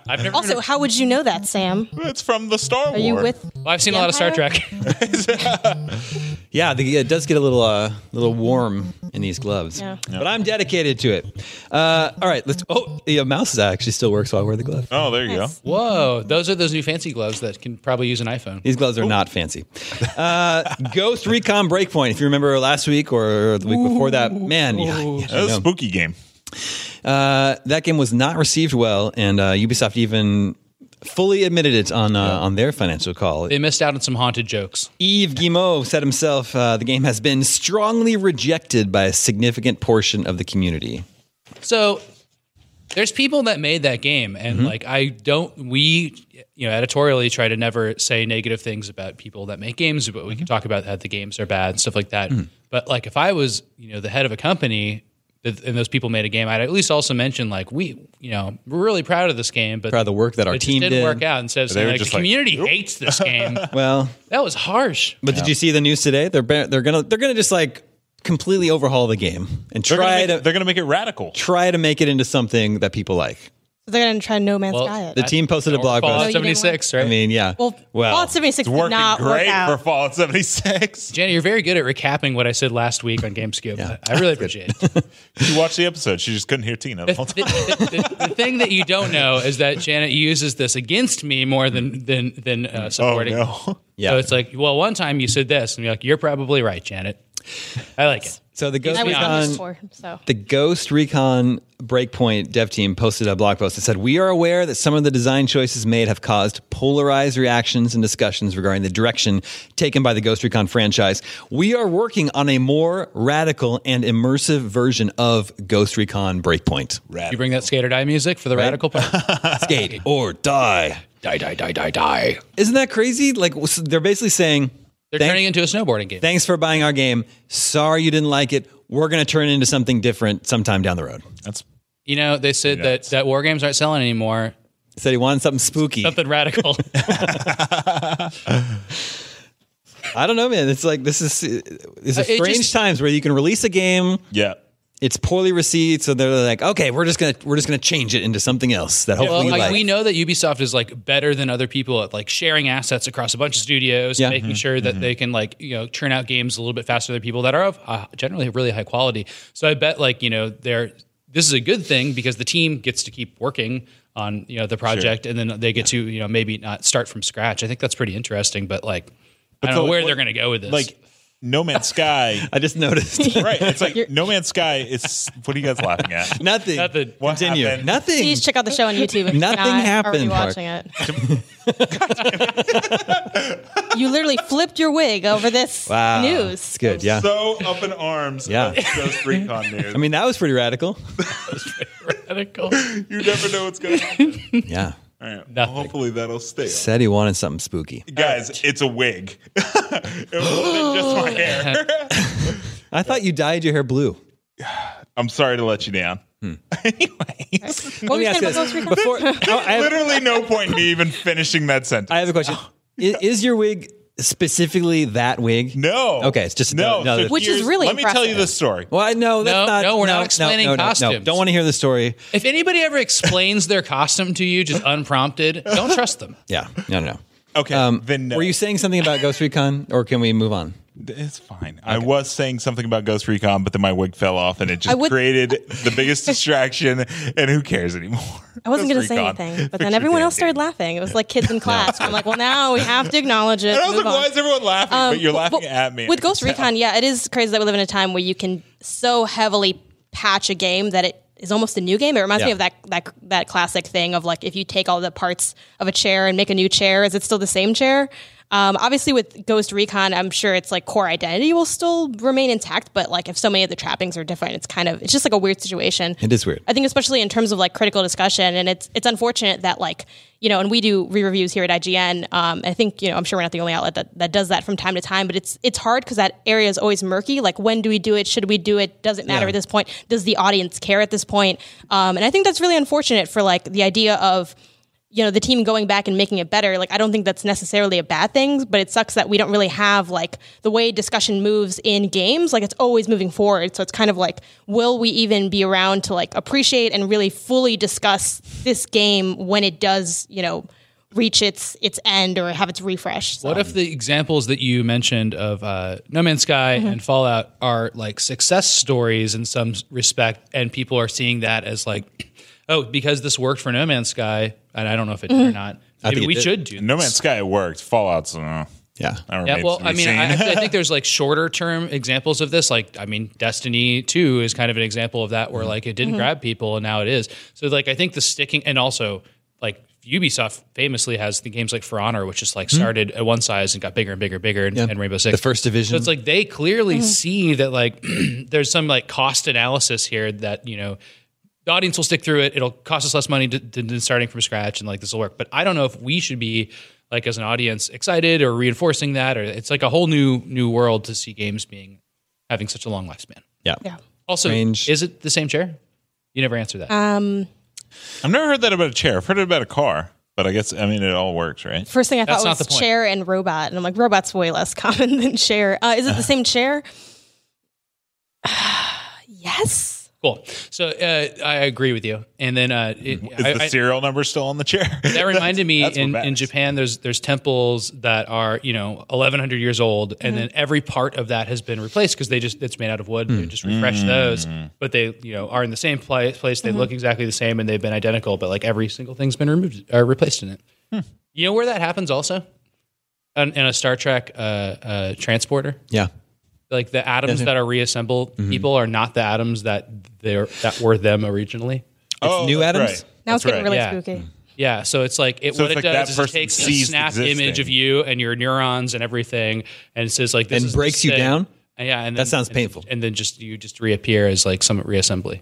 S4: I've never
S5: Also,
S4: been-
S5: how would you know that, Sam?
S3: It's from the Star
S5: Are you
S3: War.
S5: with?
S4: well, I've seen a lot of Star
S5: Empire?
S4: Trek.
S2: Yeah, the, it does get a little uh, little warm in these gloves.
S5: Yeah.
S2: But I'm dedicated to it. Uh, all right, let's. Oh, the mouse actually still works while I wear the glove.
S3: oh, there you
S5: Nice.
S3: go.
S4: Whoa, those are those new fancy gloves that can probably use an iPhone.
S2: These gloves are not fancy. Uh, Ghost Recon Breakpoint. If you remember last week or the week before that, man, yeah, yes, I
S3: That was a
S2: know.
S3: spooky game.
S2: Uh, that game was not received well, and uh, Ubisoft even fully admitted it on uh, on their financial call.
S4: They missed out on some haunted jokes.
S2: Yves Guillemot said himself, uh, "The game has been strongly rejected by a significant portion of the community."
S4: So there's people that made that game, and
S2: Mm-hmm.
S4: like I don't, we you know editorially try to never say negative things about people that make games, but we
S2: Mm-hmm.
S4: can talk about how the games are bad and stuff like that. But like if I was you know the head of a company that- and those people made a game, I'd at least also mention like we you know we're really proud of this game, but
S2: Proud of the work that our
S4: it just
S2: team
S4: didn't
S2: did.
S4: work out. Instead of saying
S3: were
S4: like the
S3: just like,
S4: community hates this game,
S2: Well,
S4: that was harsh.
S2: but did you see the news today? They're ba- they're gonna they're gonna just like completely overhaul the game and
S3: They're
S2: try
S3: gonna make,
S2: to
S3: they're gonna make it radical.
S2: try to make it into something that people like.
S5: They're gonna try No Man's
S4: Well,
S5: Sky.
S2: The
S5: It.
S2: team posted a blog
S4: Fallout
S2: post.
S5: didn't want-
S4: 76, right?
S2: I mean, yeah.
S5: Well, Fallout
S3: It's
S5: 76 did
S3: working
S5: not work
S3: great
S5: out.
S3: for Fallout 76.
S4: Jenny, you're very good at recapping what I said last week on GameScoop. I really appreciate it.
S3: She watched the episode. She just couldn't hear Tina the whole
S4: the,
S3: time.
S4: the- the- the thing that you don't know is that Janet uses this against me more than than than uh,
S3: Oh
S4: supporting.
S3: no!
S2: Yeah.
S4: So it's like, well, one time you said this, and you're like, you're probably right, Janet. I like it.
S2: so the Ghost
S5: I was on this
S2: Recon
S5: for so.
S2: The Ghost Recon Breakpoint dev team posted a blog post that said, We are aware that some of the design choices made have caused polarized reactions and discussions regarding the direction taken by the Ghost Recon franchise. We are working on a more radical and immersive version of Ghost Recon Breakpoint.
S4: You bring that skater die music for the radical part.
S2: Skate or die.
S4: die, die, die, die, die.
S2: Isn't that crazy? Like, w- so they're basically saying,
S4: They're
S2: Thank-
S4: turning into a snowboarding game.
S2: Thanks for buying our game. Sorry you didn't like it. We're going to turn it into something different sometime down the road.
S3: That's
S4: you know, they said that that war games aren't selling anymore.
S2: Said he wanted something spooky.
S4: Something radical.
S2: I don't know, man. It's like this is this is
S4: Uh, it
S2: strange
S4: just-
S2: times where you can release a game,
S3: yeah.
S2: it's poorly received, so they're like, okay, we're just gonna we're just gonna change it into something else that hopefully
S4: Well,
S2: you
S4: like,
S2: like.
S4: we know that Ubisoft is like better than other people at like sharing assets across a bunch of studios,
S2: Yeah.
S4: making sure that they can like you know churn out games a little bit faster than people that are of uh, generally really high quality. So I bet like you know they're this is a good thing because the team gets to keep working on you know the project and then they get to you know maybe not start from scratch. I think that's pretty interesting, but like I don't know
S3: the-
S4: where
S3: what-
S4: they're going to go with this.
S3: Like No Man's Sky.
S2: I just noticed.
S3: right. It's
S5: You're-
S3: like No Man's Sky is what are you guys laughing at?
S2: Nothing.
S4: Nothing.
S3: What
S2: Continue.
S3: happened?
S2: Nothing.
S5: Please check out the show on YouTube. If you're
S2: Nothing
S5: not
S2: happened,
S5: Already
S2: Mark.
S5: watching it. you literally flipped your wig over this
S2: wow. It's
S5: news.
S2: good. Yeah.
S3: So up in arms
S2: Yeah.
S3: yeah. Ghost Recon news.
S2: I mean, that was pretty radical.
S4: Radical.
S3: you never know what's going to happen.
S2: Yeah.
S3: All right.
S4: Nothing.
S3: hopefully that'll stay. up.
S2: Said he wanted something spooky.
S3: Guys, it's a wig. it wasn't just my hair.
S2: I thought you dyed your hair blue.
S3: I'm sorry to let you down.
S5: What were you
S2: Let
S5: saying
S2: me
S5: about
S2: ask
S5: Ghost
S2: you this.
S5: Recon?
S2: Before, I, I have,
S3: Literally no point in me even finishing that sentence.
S2: I have a question. I- Is, your wig specifically that wig?
S3: no.
S2: Okay, it's just-
S3: no.
S2: no,
S3: so
S2: no.
S5: Which is
S3: here's-
S5: really
S3: Let me tell you
S5: impressive.
S3: the story.
S2: Well, I- no, that's
S4: No,
S2: not.
S4: no, we're not explaining
S2: no, no, no.
S4: costumes.
S2: Don't want to hear the story.
S4: If anybody ever explains their costume to you just unprompted, don't trust them.
S2: Yeah. No, no, no.
S3: Okay. then no.
S2: um, Were you saying something about Ghost Recon, or can we move on?
S3: It's fine. I was saying something about Ghost Recon, but then my wig fell off, and it
S5: I
S3: just
S5: would-
S3: created the biggest distraction. And who cares anymore?
S5: I wasn't going
S3: Ghost
S5: to say
S3: Recon.
S5: anything, but
S3: Picture
S5: then everyone else
S3: dandy.
S5: started laughing. It was like kids in class. I'm like, well, now we have to acknowledge it.
S3: And I was
S5: move
S3: like,
S5: on. Um,
S3: why is everyone laughing? but you're laughing
S5: Well,
S3: at me.
S5: With Ghost Recon, yeah, it is crazy that we live in a time where you can so heavily patch a game that it is almost a new game. It reminds
S2: Yeah.
S5: me of that that that classic thing of like if you take all the parts of a chair and make a new chair, is it still the same chair? Um, obviously, with Ghost Recon, I'm sure its like core identity will still remain intact, but like if so many of the trappings are different, it's kind of it's just like a weird situation.
S2: It is weird.
S5: I think especially in terms of like critical discussion, and it's it's unfortunate that like you know, and we do re reviews here at IGN. Um, I think you know, I'm sure we're not the only outlet that, that does that from time to time, but it's it's hard because that area is always murky. Like, when do we do it? Should we do it? Does it matter
S2: Yeah.
S5: at this point? Does the audience care at this point? Um, and I think that's really unfortunate for like the idea of you know the team going back and making it better like i don't think that's necessarily a bad thing but it sucks that we don't really have like the way discussion moves in games like it's always moving forward so it's kind of like will we even be around to like appreciate and really fully discuss this game when it does you know reach its its end or have its refresh so.
S4: What
S2: um,
S4: if the examples that you mentioned of uh, No Man's Sky and Fallout are like success stories in some s- respect, and people are seeing that as like, oh, because this worked for No Man's Sky, and I don't know if it did or not. Maybe
S2: Mm-hmm. think it
S4: we
S2: did.
S4: should do.
S3: No Man's Sky worked. Fallout's. Uh,
S2: Yeah.
S3: I
S4: Yeah, well, I mean, I, I I think there's like shorter term examples of this. Like, I mean, Destiny 2 is kind of an example of that where
S2: Mm-hmm.
S4: like it didn't grab people and now it is. So, like, I think the sticking and also like Ubisoft famously has the games like For Honor, which just like started at one size and got bigger and bigger and bigger and, and Rainbow Six.
S2: Mm-hmm. The first division.
S4: So it's like they clearly see that like there's some like cost analysis here that, you know, the audience will stick through it. It'll cost us less money to- than than starting from scratch, and like this will work. But I don't know if we should be like as an audience excited or reinforcing that, or it's like a whole new new world to see games being having such a long lifespan.
S2: yeah.
S5: yeah
S4: Also,
S2: Strange.
S4: is it the same chair? You never answer that.
S3: have never heard that about a chair. I've heard it about a car, but I guess I mean it all works, right?
S5: first thing i
S4: That's
S5: thought
S4: not
S5: was
S4: the point.
S5: chair and robot and i'm like robot's way less common than chair uh, is it the same chair yes
S4: cool. So uh, I agree with you. And then uh, it,
S3: Mm-hmm. Is
S4: I-
S3: the
S4: I-
S3: serial number still on the chair?
S4: that reminded me
S3: that's what
S4: in, in
S3: matters.
S4: Japan there's there's temples that are you know 1100 years old and then every part of that has been replaced because they just it's made out of wood they just refresh those but they you know are in the same place, place they look exactly the same and they've been identical but like every single thing's been removed or replaced in it you know where that happens also in, in a Star Trek uh, uh, transporter
S2: Yeah.
S4: like the atoms that are reassembled people are not the atoms that they're that were them originally
S3: oh,
S2: new
S3: that's
S2: Adams?
S3: right.
S5: now it's
S3: That's
S5: getting
S3: right.
S5: really
S4: Yeah.
S5: spooky
S4: Yeah, so it's like it,
S3: So
S4: what
S3: it's
S4: it
S3: like that
S4: does is it
S3: person
S4: takes a
S3: ceased
S4: snap image of
S3: existing.
S4: you and your neurons and everything, and it says like this
S2: And
S4: is
S2: breaks
S4: this
S2: you
S4: thing.
S2: down?
S4: And yeah, and
S2: That
S4: then-
S2: sounds
S4: and-
S2: painful.
S4: And then just you just reappear as like some reassembly.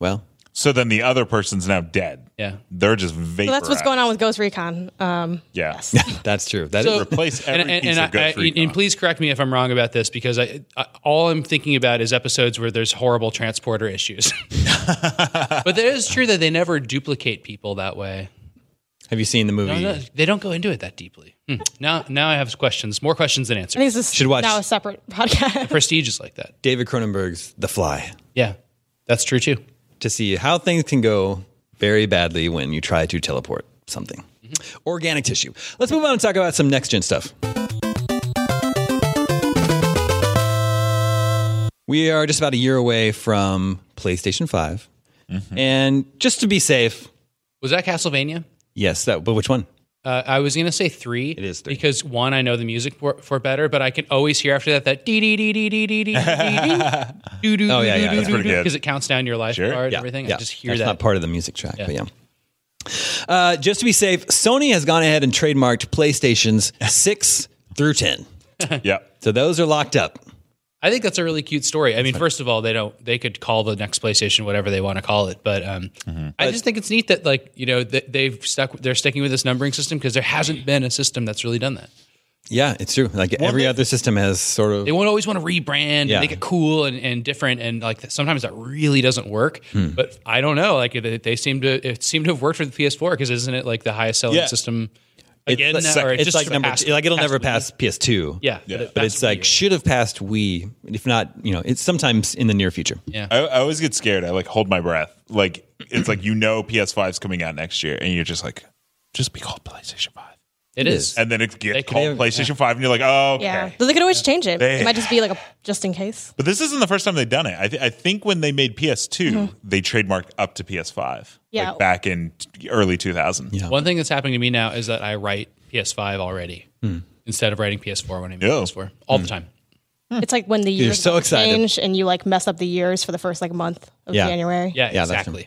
S2: Well,
S3: So then the other person's now dead.
S4: Yeah.
S3: They're just vaporized.
S5: So that's what's going on with Ghost Recon. Um,
S3: Yeah.
S2: that's true. That is
S4: So-
S3: Replace every
S4: And, and,
S3: piece
S4: and, I,
S3: of Ghost
S4: I-
S3: Recon.
S4: and please correct me if I'm wrong about this because I, I all I'm thinking about is episodes where there's horrible transporter issues. but it is true that they never duplicate people that way.
S2: have you seen the movie?
S4: No, no, they don't go into it that deeply. Hmm. Now, now I have questions, more questions than
S5: I think
S4: answers.
S5: this is
S2: Should watch.
S5: now a separate podcast.
S4: Prestige is like that.
S2: David Cronenberg's The Fly
S4: Yeah, that's true too.
S2: to see how things can go very badly when you try to teleport something.
S4: Mm-hmm.
S2: Organic tissue. Let's move on and talk about some next gen stuff. We are just about a year away from PlayStation 5.
S4: Mm-hmm.
S2: And just to be safe,
S4: Was that Castlevania?
S2: yes, that but which one?
S4: Uh, I was gonna say three. It
S2: is three.
S4: because one I know the music for, for better, but I can always hear after that that dee dee dee dee dee dee dee dee doo
S2: Oh, yeah, yeah, that's
S3: pretty good.
S4: because it counts down your life
S3: Sure.
S4: bar and everything. I just hear
S2: That's not
S4: that.
S2: part of the music track, but yeah. Uh, just to be safe, Sony has gone ahead and trademarked PlayStations 6 through 10.
S3: yeah.
S2: So those are locked up.
S4: I think that's a really cute story. I mean, first of all, they don't they could call the next PlayStation whatever they want to call it, but um,
S2: Mm-hmm.
S4: I just think it's neat that like you know th- they've stuck they're sticking with this numbering system because there hasn't been a system that's really done that.
S2: Yeah, it's true. Like every
S3: they-
S2: other system has sort of.
S4: they won't always want to rebrand
S2: Yeah.
S4: and make it cool and, and different and like sometimes that really doesn't work
S2: Hmm.
S4: but i don't know like they, they seem to it seemed to have worked for the ps4 because isn't it like the highest selling
S3: Yeah.
S4: system
S2: it's
S4: again
S2: like,
S4: now, or it
S2: it's
S4: just
S2: like number
S4: surpassed-
S2: two. Like it'll
S4: passed
S2: never
S4: Wii.
S2: pass PS2.
S4: yeah,
S2: But
S4: it passed
S2: it's like
S4: Wii.
S2: should have passed Wii, if not, you know, it's sometimes in the near future.
S4: yeah
S3: I, I always get scared. I like hold my breath. Like it's like you know PS5's coming out next year, and you're just like, just be called PlayStation Five,
S4: it is
S3: and then it
S4: They
S3: gets
S4: could-
S3: called PlayStation Five, and you're like, oh, okay.
S5: Yeah, but they could always change it.
S3: They-
S5: It might just be like a just in case.
S3: But this isn't the first time they've done it. I, th- I think when they made PS2, they trademarked up to PS5.
S5: Mm-hmm. Yeah.
S3: like back in t- early 2000.
S2: Yeah.
S4: one thing that's happening to me now is that i write ps5 already
S2: Hmm.
S4: instead of writing ps4 when i make
S3: Yeah.
S4: ps4 all the time
S5: It's like when the years
S2: so excited.
S5: change and you like mess up the years for the first like month of
S2: Yeah.
S5: January.
S4: yeah,
S2: Yeah, that's
S4: exactly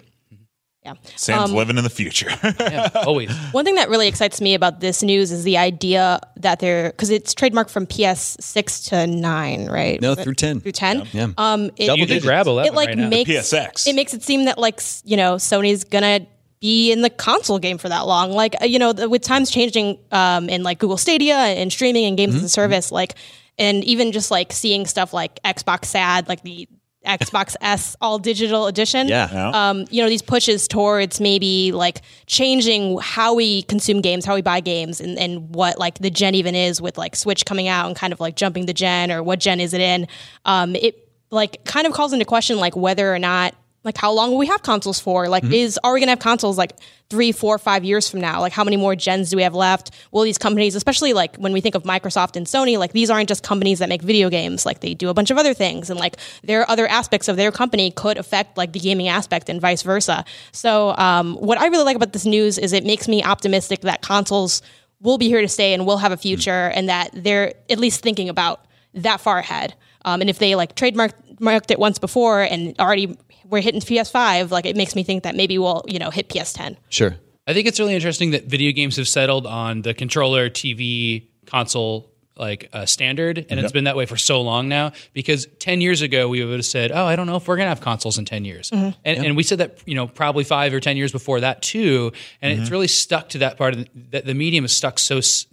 S5: Yeah.
S3: Sam's
S5: Um,
S3: living in the future.
S4: yeah, always
S5: One thing that really excites me about this news is the idea that they're because it's trademarked from PS6 to nine, right?
S2: No,
S5: Was it
S2: through 10.
S5: Through ten.
S2: Yeah.
S5: Um, it,
S2: Double
S4: you could
S2: digits.
S4: grab 11
S5: it like
S4: right now.
S5: makes
S3: PSX.
S5: it makes it seem that like s- you know Sony's gonna be in the console game for that long. Like uh, you know the, with times changing um, and like Google Stadia and streaming and games
S4: Mm-hmm.
S5: as a service, like and even just like seeing stuff like Xbox Sad, like the Xbox S all digital edition
S2: Yeah.
S5: um, you know, these pushes towards maybe like changing how we consume games, how we buy games, and, and what like the gen even is with like Switch coming out and kind of like jumping the gen or what gen is it in. Um, it like kind of calls into question like whether or not like how long will we have consoles for? Like, is are we gonna have consoles like three, four, five years from now? Like, how many more gens do we have left? Will these companies, especially like when we think of Microsoft and Sony, like these aren't just companies that make video games. Like, they do a bunch of other things, and like their other aspects of their company could affect like the gaming aspect and vice versa. So, um, what I really like about this news is it makes me optimistic that consoles will be here to stay and will have a future, and that they're at least thinking about that far ahead. Um, and if they like trademarked marked it once before and already we're hitting PS5, like it makes me think that maybe we'll you know hit PS10.
S2: Sure.
S4: I think it's really interesting that video games have settled on the controller, TV, console like uh, standard, and it's been that way for so long now. Because ten years ago, we would have said, "Oh, I don't know if we're gonna have consoles in ten years," and, and we said that you know probably five or ten years before that too. And it's really stuck to that part of the, that the medium is stuck so. s-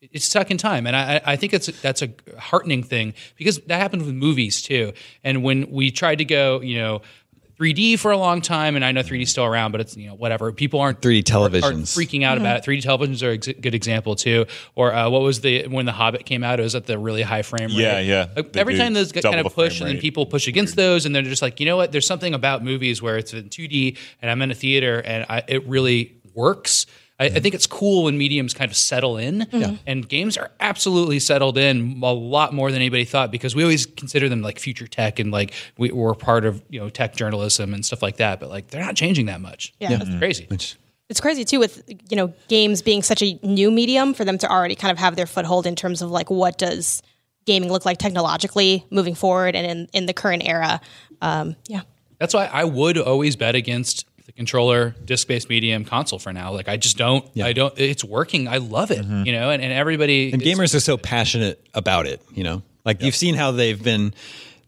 S4: It's stuck in time, and I, I- I think it's that's a heartening thing because that happened with movies too. And when we tried to go, you know, 3D for a long time, and I know 3D is still around, but it's you know whatever. People aren't
S2: 3D
S4: are
S2: televisions.
S4: freaking out about it. 3D televisions are a ex- good example too. Or uh, what was the when The Hobbit came out? It was at the really high frame rate.
S3: Yeah, yeah.
S4: Like,
S3: They
S4: every
S3: do
S4: time those get
S3: double
S4: kind
S3: the
S4: of push,
S3: frame
S4: and then
S3: rate.
S4: people push against those, and they're just like, you know what? There's something about movies where it's in 2D, and I'm in a theater, and I, it really works. I,
S3: Mm-hmm.
S4: I think it's cool when mediums kind of settle in, and games are absolutely settled in a lot more than anybody thought because we always consider them like future tech and like we, we're part of you know tech journalism and stuff like that. But like they're not changing that much.
S5: Yeah. Yeah.
S3: Mm-hmm.
S4: That's crazy.
S5: It's crazy too with you know games being such a new medium for them to already kind of have their foothold in terms of like what does gaming look like technologically moving forward and in, in the current era. Um, yeah.
S4: That's why I would always bet against the controller, disc-based medium, console for now. Like I just don't. I don't. It's working. I love it. You know, and, and everybody.
S2: And
S4: it's-
S2: gamers are so passionate about it, you know? Like you've seen how they've been,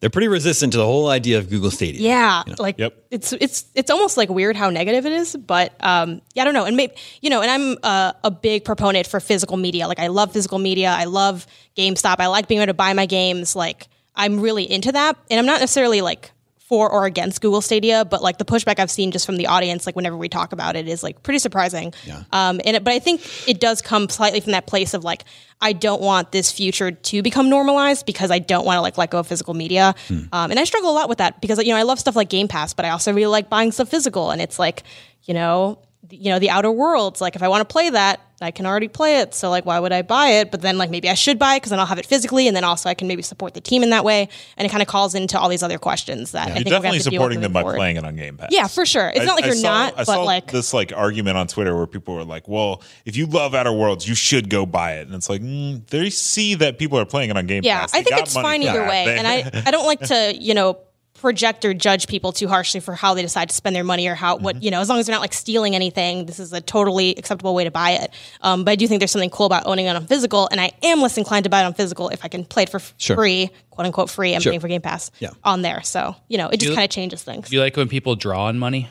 S2: they're pretty resistant to the whole idea of Google Stadia.
S5: Yeah, like
S3: Yep.
S5: it's it's it's almost like weird how negative it is, but um, yeah, I don't know, and maybe you know, and I'm uh, a big proponent for physical media. Like I love physical media. I love GameStop. I like being able to buy my games. Like I'm really into that, and I'm not necessarily like for or against Google Stadia, but like the pushback I've seen just from the audience, like whenever we talk about it, is like pretty surprising. Yeah. Um, and it, but I think it does come slightly from that place of like I don't want this future to become normalized because I don't want to like let go of physical media.
S3: Hmm.
S5: Um, and I struggle a lot with that because you know I love stuff like Game Pass, but I also really like buying stuff physical, and it's like you know you know the outer worlds like if i want to play that I can already play it, so like why would I buy it? But then like maybe I should buy it because then I'll have it physically, and then also I can maybe support the team in that way. And it kind of calls into all these other questions that I
S3: You're
S5: think we're gonna
S3: definitely
S5: have to deal
S3: supporting
S5: with
S3: them by
S5: moving forward.
S3: playing it on Game Pass.
S5: Yeah, for sure. It's not like you're
S3: saw,
S5: not,
S3: I
S5: but
S3: saw
S5: like
S3: this like argument on Twitter where people were like, "Well, if you love Outer Worlds, you should go buy it," and it's like mm, they see that people are playing it on Game
S5: Yeah,
S3: Pass.
S5: I
S3: They
S5: think
S3: got
S5: it's
S3: money
S5: fine
S3: for
S5: either
S3: that.
S5: way,
S3: They-
S5: and I I don't like to you know project or judge people too harshly for how they decide to spend their money or how
S3: Mm-hmm.
S5: what you know as long as they're not like stealing anything this is a totally acceptable way to buy it um, but i do think there's something cool about owning it on physical and i am less inclined to buy it on physical if i can play it for f-
S2: Sure.
S5: free quote unquote free i'm
S2: Sure.
S5: paying for game pass
S2: Yeah.
S5: on there so you know it just
S4: you-
S5: kind of changes things
S4: Do you like when people draw on money?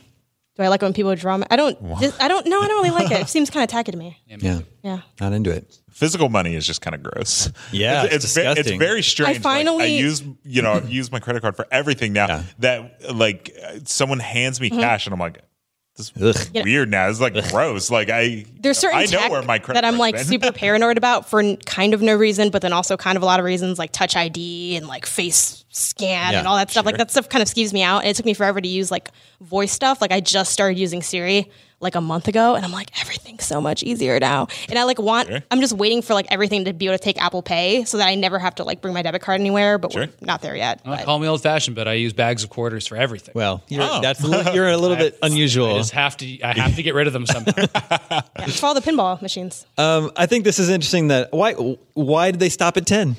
S5: do i like when people draw my, i don't dis- i don't no i don't really like it it seems kind of tacky to me
S2: Yeah.
S5: yeah
S2: Not into it.
S3: physical money is just kind of gross.
S2: Yeah,
S3: it's,
S2: it's
S3: ve- it's
S2: disgusting.
S3: very strange.
S5: I
S3: Like, I
S5: finally-
S3: use you know I've used my credit card for everything now. That like uh, someone hands
S5: Mm-hmm.
S3: me cash and I'm like. This is
S2: Ugh.
S3: weird now. It's like gross. Like I,
S5: there's certain
S3: I know
S5: tech
S3: where my credit
S5: that I'm
S3: card's
S5: like
S3: been.
S5: super paranoid about for n- kind of no reason, but then also kind of a lot of reasons, like Touch ID and like face scan and
S2: Yeah,
S5: all that stuff. Like that stuff kind of skeeves me out, and it took me forever to use like voice stuff. Like I just started using Siri like a month ago, and I'm like everything's so much easier now. And I like want I'm just waiting for like everything to be able to take Apple Pay so that I never have to like bring my debit card anywhere. But
S3: Sure.
S5: we're not there yet. but-
S4: Call me old fashioned, but I use bags of quarters for everything.
S2: Well, you're,
S4: Oh.
S2: that's a little, you're a little bit
S4: I
S2: unusual.
S4: just have to. I have to get rid of them somehow.
S5: yeah, it's for all the pinball machines.
S2: Um, I think this is interesting. That why why did they stop at ten?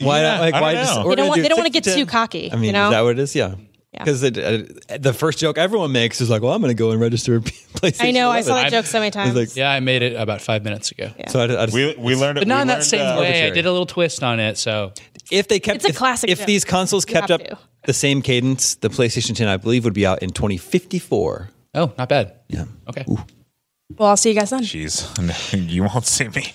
S2: Why
S3: Yeah,
S2: like
S3: I
S2: why
S3: don't
S2: just,
S3: know.
S2: we're
S5: They don't
S2: gonna
S5: want-
S2: do
S5: they don't wanna
S2: 6
S5: get
S2: 10.
S5: too cocky,
S2: I mean,
S5: you know?
S2: is that what it is? Yeah.
S5: Yeah.
S2: Because uh, the first joke everyone makes is like, "Well, I'm going to go and register a PlayStation."
S5: I know I saw
S2: 11.
S5: that joke so many times.
S2: like-
S4: yeah, I made it about five minutes ago,
S2: So I, I just,
S3: we we learned,
S4: but not
S3: we
S4: in that
S3: learned,
S4: same
S3: uh,
S4: way. I
S2: arbitrary.
S4: did a little twist on it. So
S2: if they kept
S5: It's a
S2: if-
S5: classic
S2: If
S5: joke.
S2: these consoles
S5: You
S2: kept up
S5: have to.
S2: the same cadence, the PlayStation 10, I believe, would be out in 2054.
S4: oh, not bad. Yeah. Okay.
S5: well, I'll see you guys then.
S3: Jeez, you won't see me.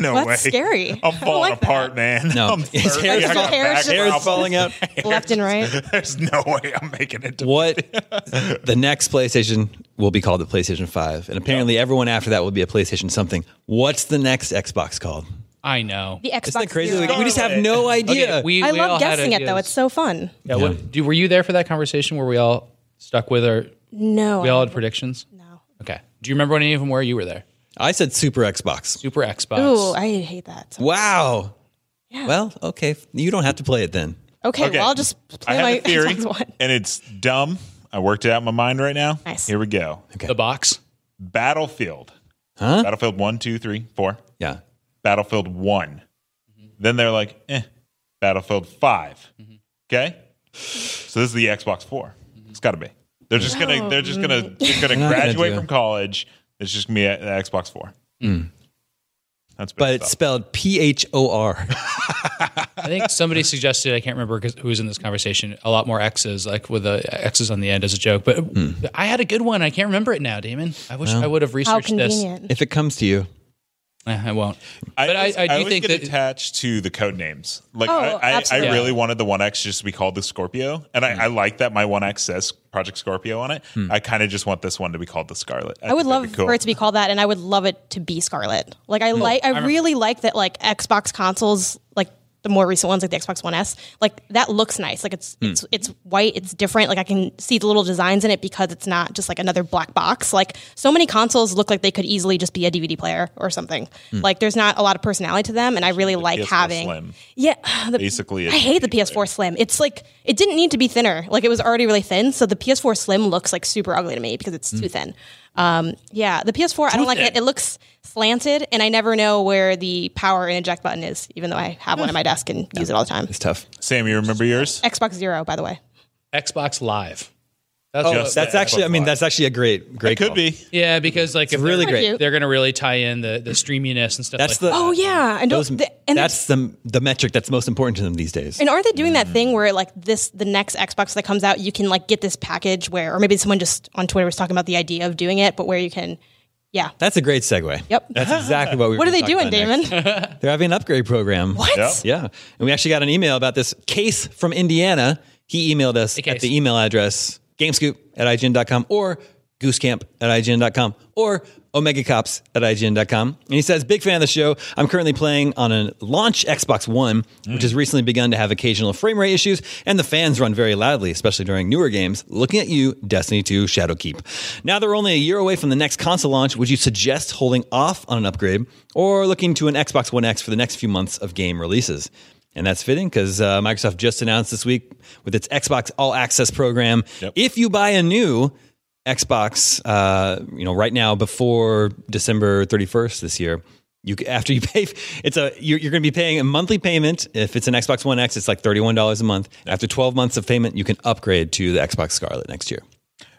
S3: no
S5: That's
S3: way.
S5: scary. I
S3: I'm
S5: don't
S3: falling
S5: like that.
S3: apart, man.
S2: No.
S3: I'm
S2: His
S3: 30.
S2: hair's
S3: I got
S5: fall- hair's
S3: back
S5: just-
S2: Hair's
S3: problems.
S2: falling out.
S5: Left and right.
S3: There's no way I'm making it. To
S2: What the next PlayStation will be called the PlayStation 5, and apparently everyone after that will be a PlayStation something. What's the next Xbox called?
S4: I know.
S5: The Xbox.
S2: Isn't that crazy?
S5: Zero.
S2: Like, we just have no idea.
S4: we,
S5: I
S4: we
S5: love
S4: all had
S5: guessing it though.
S4: ideas.
S5: It's so fun.
S4: Yeah, what- do, were you there for that conversation where we all stuck with our
S5: No.
S4: we all had predictions?
S5: no.
S4: Okay. Do you remember when any of them were? You were there.
S2: I said Super Xbox.
S4: Super Xbox.
S5: Ooh, I hate that. So-
S2: Wow. Well, okay. You don't have to play it then.
S5: Okay,
S3: Okay.
S5: well, I'll just
S3: I
S5: play
S3: have
S5: my
S3: a theory,
S5: Xbox One.
S3: and it's dumb. I worked it out in my mind right now.
S5: Nice.
S3: Here we go.
S4: The box.
S3: Battlefield.
S2: Huh?
S3: Battlefield one, two, three, four.
S2: Yeah.
S3: Battlefield one.
S4: Mm-hmm.
S3: Then they're like, eh, Battlefield 5 Okay. So this is the Xbox 4
S4: Mm-hmm.
S3: It's got to be. They're just gonna. They're just gonna.
S5: Oh,
S3: They're gonna
S2: not gonna
S3: graduate
S2: do it.
S3: from college. It's just gonna be a, a Xbox Four.
S4: Mm.
S3: That's
S2: But
S3: bad
S2: it's
S3: stuff.
S2: spelled P H O R.
S4: I think somebody suggested I can't remember 'cause who was in this conversation. A lot more X's, like with the X's on the end as a joke. But
S2: Hmm.
S4: I had a good one. I can't remember it now, Damon. I wish I would have
S5: How
S4: researched this. Eh,
S5: convenient.
S2: If it comes to you,
S4: I won't.
S3: I,
S4: but I,
S3: always-
S4: I do
S3: always
S4: think
S3: get
S4: that
S3: attached to the code names. Like
S5: Oh,
S3: I, I, I
S5: absolutely.
S3: really wanted the One X just to be called the Scorpio, and
S4: Mm.
S3: I, I like that my One X says Project Scorpio on it.
S4: Hmm.
S3: I kind of just want this one to be called the Scarlet.
S5: I
S3: think
S5: would
S3: that'd
S5: love
S3: be cool.
S5: for it to be called that, and I would love it to be Scarlet. Like I like, I really like that. Like Xbox consoles, like the more recent ones, like the Xbox One S, like that looks nice. Like
S4: Hmm.
S5: it's it's it's white, it's different. Like I can see the little designs in it because it's not just like another black box. Like so many consoles look like they could easily just be a DVD player or something.
S4: Hmm.
S5: Like there's not a lot of personality to them, and I really like
S3: PS4
S5: having.
S3: Slim.
S5: Yeah, the-
S3: Basically,
S5: I hate the PS4 Slim. It's like it didn't need to be thinner. Like it was already really thin, so the PS4 Slim looks like super ugly to me because
S2: Mm.
S5: it's too thin. Um, yeah, the PS4 I don't like it. It looks slanted, and I never know where the power and eject button is, even though I have one on my desk and use it all the time.
S2: it's tough.
S3: Sam, you remember yours?
S5: Xbox Zero, by the way.
S4: Xbox Live. That's
S2: Oh,
S3: Just
S2: that's
S3: the
S2: actually. I mean,
S3: Xbox.
S2: that's actually a great, great.
S3: It could
S2: call.
S3: be.
S4: yeah, because like if they're-
S2: really
S5: great.
S4: They're going to really tie in the the streaminess and stuff.
S2: That's the.
S4: like
S5: Oh yeah, and
S2: Those,
S5: don't, the, and
S2: that's Mm. the the metric that's most important to them these days.
S5: And aren't they doing that thing where like this the next Xbox that comes out, you can like get this package where or maybe someone just on Twitter was talking about the idea of doing it, but where you can yeah.
S2: That's a great segue.
S5: Yep.
S2: That's exactly what we.
S5: What
S2: were
S5: are they
S2: gonna talk
S5: doing,
S2: about next.
S5: Damon?
S2: They're having an upgrade program.
S5: What?
S3: Yep.
S2: Yeah, and we actually got an email about this case from Indiana. He emailed us
S4: case.
S2: at the email address gamescoop at ign.com or goosecamp at IGN.com or omegacops at IGN.com. And he says, Big fan of the show. I'm currently playing on a launch Xbox One, which has recently begun to have occasional frame rate issues, and the fans run very loudly, especially during newer games. Looking at you, Destiny 2 Shadowkeep. Now they're only a year away from the next console launch. Would you suggest holding off on an upgrade or looking to an Xbox One X for the next few months of game releases? And that's fitting because uh, Microsoft just announced this week with its Xbox All Access program. If you buy a new Xbox, uh, you know, right now before December 31st this year, you c- after you pay, it's a you're, you're going to be paying a monthly payment. If it's an Xbox One X, it's like thirty-one dollars a month. After twelve months of payment, you can upgrade to the Xbox Scarlet next year.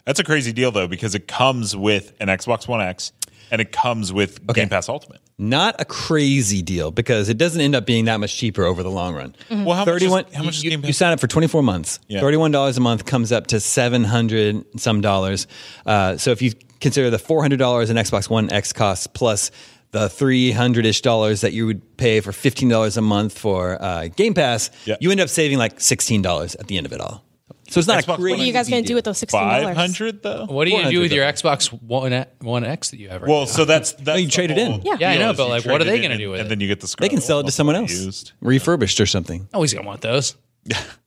S3: That's a crazy deal though, because it comes with an Xbox One X and it comes with Game Pass Ultimate.
S2: Not a crazy deal because it doesn't end up being that much cheaper over the long run.
S3: Mm-hmm. Well, how
S2: Thirty-one.
S3: much is, how much is
S2: you,
S3: Game
S2: you
S3: Pass?
S2: sign up for twenty-four months.
S3: Yeah.
S2: Thirty-one dollars a month comes up to seven hundred some dollars. Uh, so if you consider the four hundred dollars an Xbox One X costs plus the three hundred ish dollars that you would pay for fifteen dollars a month for uh, Game Pass,
S3: Yeah.
S2: you end up saving like sixteen dollars at the end of it all. So it's not
S3: Xbox
S2: a crazy.
S5: What are you guys going to do with those $16?
S3: Five hundred though.
S4: What do you do
S2: 400
S4: with your Xbox One E, One X that you have? Right
S3: Well, so that's that's
S2: you
S3: the
S2: trade it
S3: whole
S2: in.
S5: Yeah.
S4: Yeah, I
S3: deal
S4: know,
S3: is
S4: but,
S3: you
S4: like,
S3: trade
S4: what are they
S3: in
S4: gonna
S3: and-
S4: do with
S3: And
S4: it?
S3: then you get the Scarlet.
S2: They can sell it to
S3: Ultimate
S2: someone else,
S3: used.
S2: refurbished or something.
S4: now? always gonna want those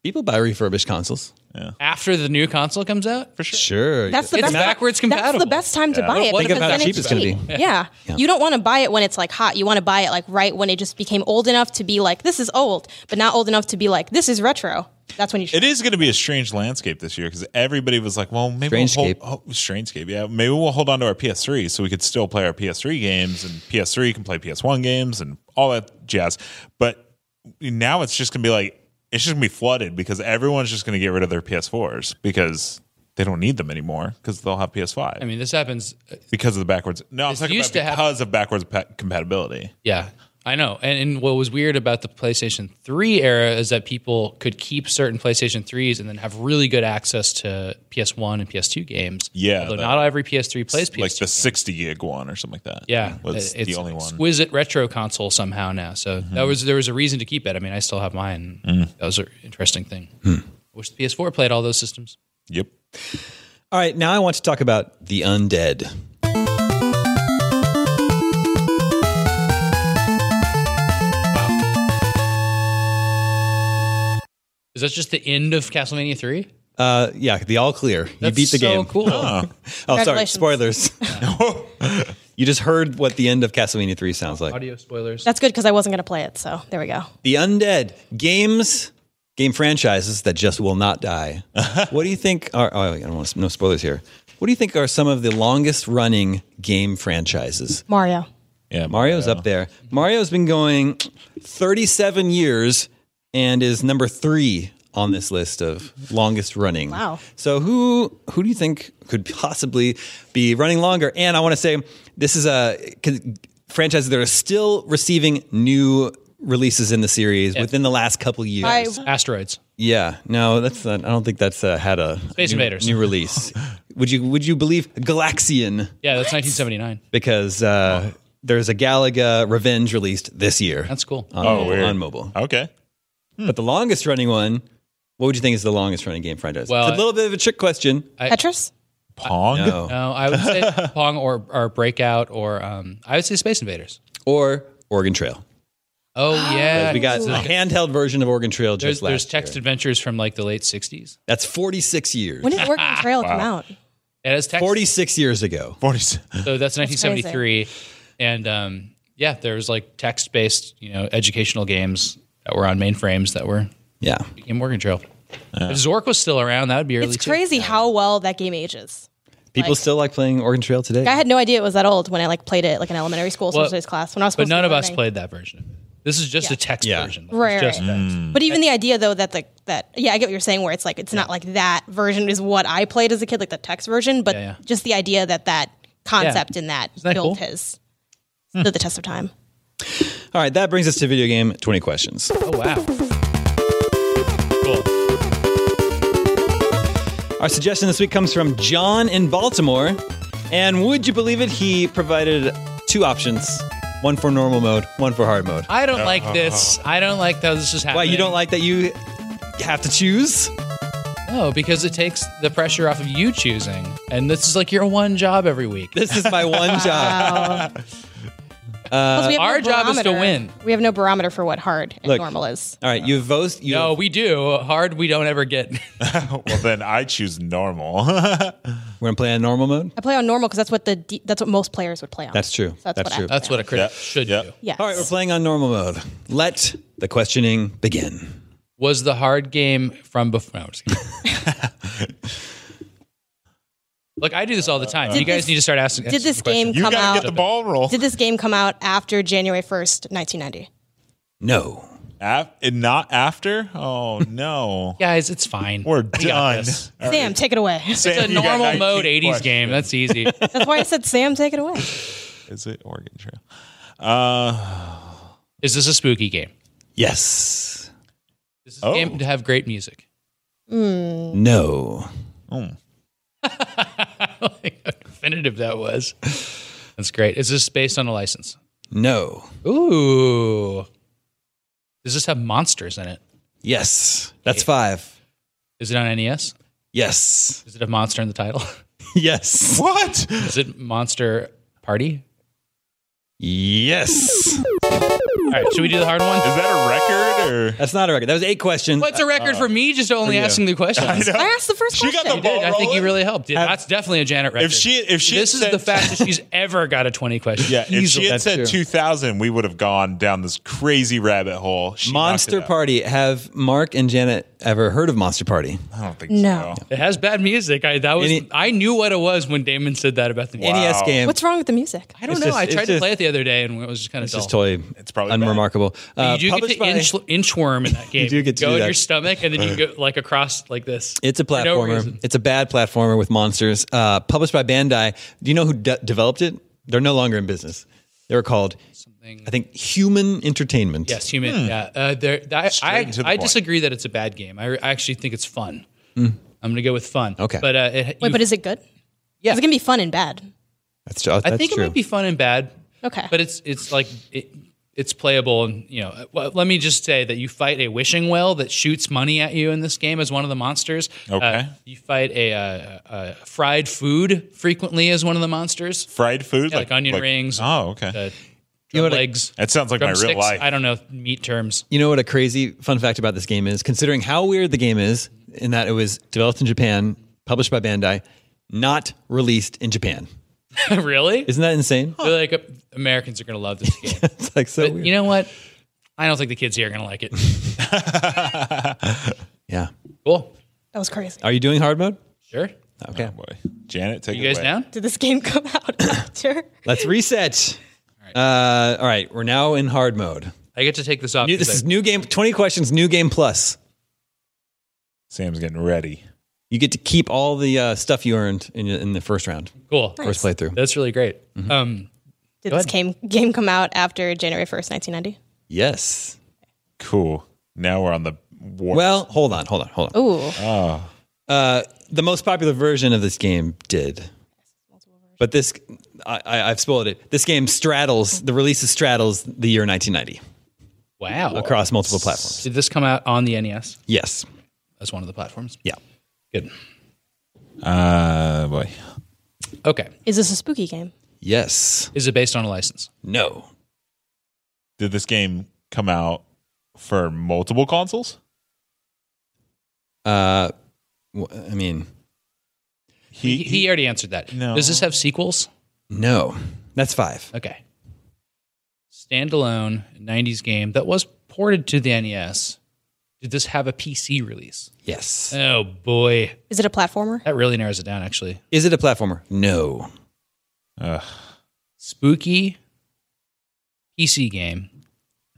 S2: People buy refurbished consoles.
S4: after the new console comes out.
S2: Sure,
S5: That's the
S4: It's
S5: best
S4: backwards
S5: That's
S4: compatible.
S5: the best time to buy it.
S4: What
S2: Think of
S5: because
S2: how
S5: then
S2: cheap it's gonna be.
S5: Yeah. you don't want to buy it when it's like hot. You want to buy it like right when it just became old enough to be like this is old, but not old enough to be like this is retro. That's when you should.
S3: It is going to be a strange landscape this year because everybody was like, "Well, maybe
S2: Strangescape.
S3: we'll hold oh, Strangescape, yeah, maybe we'll hold on to our PS3 so we could still play our PS3 games, and PS3 can play PS1 games and all that jazz." But now it's just going to be like it's just going to be flooded because everyone's just going to get rid of their PS4s because they don't need them anymore because they'll have PS5
S4: I mean, this happens.
S3: because of the backwards. No, I'm talking about
S4: used to happen-
S3: because of backwards pa- compatibility.
S4: Yeah, I know. And, and what was weird about the PlayStation 3 era is that people could keep certain PlayStation 3s and then have really good access to PS1 and PS2 games.
S3: Yeah,
S4: although
S3: the-
S4: not every PS3 plays PS2.
S3: Like the 60 gig one or something like that.
S4: yeah,
S3: was
S4: it's
S3: the only
S4: an
S3: one. Mhm.
S4: Exquisite retro console somehow now. So that was there was a reason to keep it. I mean, I still have mine.
S3: Mm.
S4: That was an interesting thing.
S3: Hmm.
S4: I wish the PS4 played all those systems.
S3: yep.
S2: All right, now I want to talk about the undead.
S4: Is that just the end of Castlevania 3?
S2: Uh, yeah, the all clear. You beat the
S4: so
S2: game.
S4: Cool.
S2: Oh, sorry,
S5: Congratulations.
S2: spoilers. you just heard what the end of Castlevania 3 sounds like.
S4: Audio spoilers.
S5: That's good because I wasn't going to play it. So there we go.
S2: The Undead games, game franchises that just will not die. what do you think are, oh, I don't want to, no spoilers here. What do you think are some of the longest running game franchises?
S5: Mario.
S3: Yeah.
S2: Mario's up there. Mario's been going 37 years and is number three on this list of longest running.
S5: Wow.
S2: So who who do you think could possibly be running longer? And I want to say this is a franchise that are still receiving new releases in the series within the last couple years.
S5: I,
S4: Asteroids.
S2: Yeah, no, that's not, I don't think that's uh, had a
S4: Space
S2: new,
S4: Invaders.
S2: new release. would you would you believe Galaxian?
S4: Yeah, that's 1979.
S2: because uh, there's a Galaga Revenge released this year.
S4: That's Hmm. cool.
S2: on,
S3: Oh, weird.
S2: on mobile.
S3: Okay.
S2: But the longest running one, what would you think is the longest running game franchise?
S4: Well,
S2: it's a little bit of a trick question. Oh.
S5: Tetris.
S3: Pong.
S2: No.
S4: No, Uh, I would say Pong or, or Breakout or um, I would say Space Invaders.
S2: Or Oregon Trail.
S4: Oh yeah,
S2: We got
S4: So
S2: a handheld version of Oregon Trail
S4: there's,
S2: just last
S4: there's text
S2: year.
S4: adventures from like the late '60s.
S2: That's 46 years.
S5: When did Oregon Trail come out?
S4: It has text,
S2: 46 years ago.
S3: 40.
S4: so that's 1973, and um, yeah, there was like text-based, you know, educational games that were on mainframes that were
S2: Yeah.
S4: in Morgan Trail. If Zork was still around, that would be early.
S5: It's
S4: too.
S5: crazy how well that game ages.
S2: People
S5: Like-
S2: still like playing Oregon Trail today.
S5: I had no idea it was that old when I like played it like in elementary school
S4: Well,
S5: social studies class when I was.
S4: but
S5: supposed
S4: none
S5: to
S4: of
S5: be
S4: us
S5: learning.
S4: played that version. of it. This is just a text
S2: Yeah.
S4: version, It's
S5: Right,
S4: just
S5: right.
S4: text.
S5: But even the idea though that the that yeah, I get what you're saying where it's like it's not like that version is what I played as a kid, like the text version, but
S4: yeah.
S5: just the idea that that concept in that,
S4: that
S5: built
S4: cool? Hmm.
S5: his stood the test of time.
S2: All right, that brings us to video game 20 questions.
S4: Oh wow, cool.
S2: Our suggestion this week comes from John in Baltimore. And would you believe it? He provided two options one for normal mode, one for hard mode.
S4: I don't like this. I don't like that this is happening.
S2: Why, you don't like that you have to choose?
S4: No, No, because it takes the pressure off of you choosing. And this is like your one job every week.
S2: This is my one job.
S5: Plus, we have
S4: our job is to
S5: barometer.
S4: win.
S5: We have no barometer for what hard and
S2: Look.
S5: normal is.
S2: All right, you both. You
S4: No, we do. Hard, we don't ever get.
S3: well, then I choose normal.
S2: We're gonna play on normal mode.
S5: I play on normal because that's what the de- that's what most players would play on.
S2: That's true.
S5: So that's,
S2: That's
S5: what I
S2: true.
S5: play
S4: That's
S5: on.
S4: what a critic
S3: Yeah.
S4: should
S3: Yeah.
S4: do.
S5: Yes.
S2: All right, we're playing on normal mode. Let the questioning begin.
S4: Was the hard game from before? No, I'm just kidding. Look, I do this all the
S3: Uh,
S4: time. you
S5: Did
S4: guys
S5: this-
S4: need to start asking.
S5: Did this game
S3: you
S5: come
S3: gotta
S5: out?
S3: get the ball roll.
S5: Did this game come out after January first, nineteen ninety?
S2: No.
S3: Af- and not after? Oh no,
S4: guys? It's fine.
S3: we're
S4: We got
S3: done.
S4: this.
S5: Sam, take it away.
S4: It's a normal mode '80s game. That's easy.
S5: That's why I said Sam, take it away.
S3: Is it Oregon Trail? Uh,
S4: Is this a spooky game?
S2: Yes.
S4: Is this
S3: Oh.
S4: a game to have great music?
S2: No.
S4: Like, how definitive that was. That's great. Is this based on a license?
S2: No.
S4: Ooh. Does this have monsters in it?
S2: Yes. That's five.
S4: Is it on NES?
S2: Yes.
S4: Does it have monster in the title?
S2: Yes.
S3: what?
S4: Is it Monster Party?
S2: Yes.
S4: All right, should we do the hard one?
S3: Is that a record or?
S2: That's not a record. That was eight questions.
S4: What's a record for me just only asking the questions? I,
S5: I asked the first
S3: She got
S5: question.
S3: the ball
S4: did. I think
S3: rolling.
S4: you really helped. Yeah, That's definitely a Janet record.
S3: If she, if she, had
S4: this is
S3: said-
S4: the fastest she's ever got a 20 question.
S3: Yeah, if she
S4: Easily.
S3: had said
S2: true.
S3: 2000, we would have gone down this crazy rabbit hole. She
S2: Monster
S3: knocked it out.
S2: Party. Have Mark and Janet ever heard of Monster Party?
S3: I don't think
S5: No.
S3: so.
S4: it has bad music. I that was
S2: Any-
S4: I knew what it was when Damon said that about the music.
S2: NES E game.
S5: What's wrong with the music?
S4: I don't
S2: It's
S4: know.
S2: just-
S4: I
S2: it's
S4: tried to
S2: just-
S4: play it the other day and it was just kind of dull.
S2: It's totally.
S3: It's probably bad.
S2: unremarkable. Uh,
S4: you do get
S2: published
S4: to
S2: by-
S4: inch, inchworm in that game.
S2: do get to
S4: go
S2: do
S4: in
S2: that.
S4: your stomach and then you go like across like this.
S2: It's a
S4: For no
S2: platformer.
S4: reason.
S2: it's a bad platformer with monsters. Uh, published by Bandai. Do you know who de- developed it? They're no longer in business. They were called, I think, Human Entertainment.
S4: Yes, human.
S2: Hmm.
S4: Yeah, uh, there. I I,
S3: Straight to the
S4: I
S3: point.
S4: disagree that it's a bad game. I, I actually think it's fun. I'm gonna go with fun.
S2: Hmm. Okay.
S4: but uh, it,
S5: Wait,
S4: you-
S5: but is it good?
S4: Yeah.
S5: Is it gonna be fun and bad?
S2: that's, uh, that's
S4: I think
S2: true.
S4: it might be fun and bad.
S5: Okay.
S4: but it's it's like it, it's playable and you know. uh, Well, let me just say that you fight a wishing well that shoots money at you in this game as one of the monsters.
S3: Okay.
S4: Uh, you fight a, uh uh fried food frequently as one of the monsters.
S3: Fried food,
S4: like onion rings.
S3: Oh, okay.
S4: Uh,
S2: You know what I-
S4: legs.
S3: that sounds like my real
S4: drumsticks.
S3: life.
S4: I don't know meat terms.
S2: You know what a crazy fun fact about this game is? Considering how weird the game is, in that it was developed in Japan, published by Bandai, not released in Japan.
S4: really?
S2: Isn't that insane?
S4: They're like uh, Americans are gonna love this game.
S2: It's like so weird.
S4: you know what? I don't think the kids here are gonna like it.
S2: yeah.
S4: Cool.
S5: That was crazy.
S2: Are you doing hard mode?
S4: Sure.
S2: Okay.
S3: Oh, Boy. Janet, take
S4: You
S3: it
S4: guys
S3: away.
S4: down?
S5: Did this game come out after?
S2: Let's reset. Uh, all right. We're now in hard mode.
S4: I get to take this off.
S2: New,
S4: 'cause
S2: this is
S4: I-
S2: new game, 20 questions, new game plus.
S3: Sam's getting ready.
S2: You get to keep all the uh, stuff you earned in, in the first round,
S4: cool.
S2: first playthrough.
S4: That's really great.
S2: Mm-hmm.
S4: Um,
S5: Did this game game come out after January first, nineteen ninety?
S2: Yes.
S3: Cool. Now we're on the war.
S2: Well, hold on, hold on, hold on.
S5: Ooh.
S2: Uh, the most popular version of this game did, but this I, I, I've spoiled it. This game straddles the releases straddles the year 1990
S4: wow.
S2: across multiple platforms.
S4: Did this come out on the NES
S2: Yes.
S4: as one of the platforms?
S2: Yeah.
S4: Good.
S3: uh, boy.
S4: Okay.
S5: Is this a spooky game?
S2: Yes.
S4: Is it based on a license?
S2: No.
S3: Did this game come out for multiple consoles?
S2: Uh, w- I mean,
S4: He, he already answered that.
S3: No.
S4: Does this have sequels?
S2: no. That's five.
S4: Okay. Standalone 90s game that was ported to the NES. Did this have a PC release?
S2: Yes.
S4: Oh boy.
S5: Is it a platformer?
S4: That really narrows it down actually.
S2: Is it a platformer? No.
S3: Ugh.
S4: spooky PC game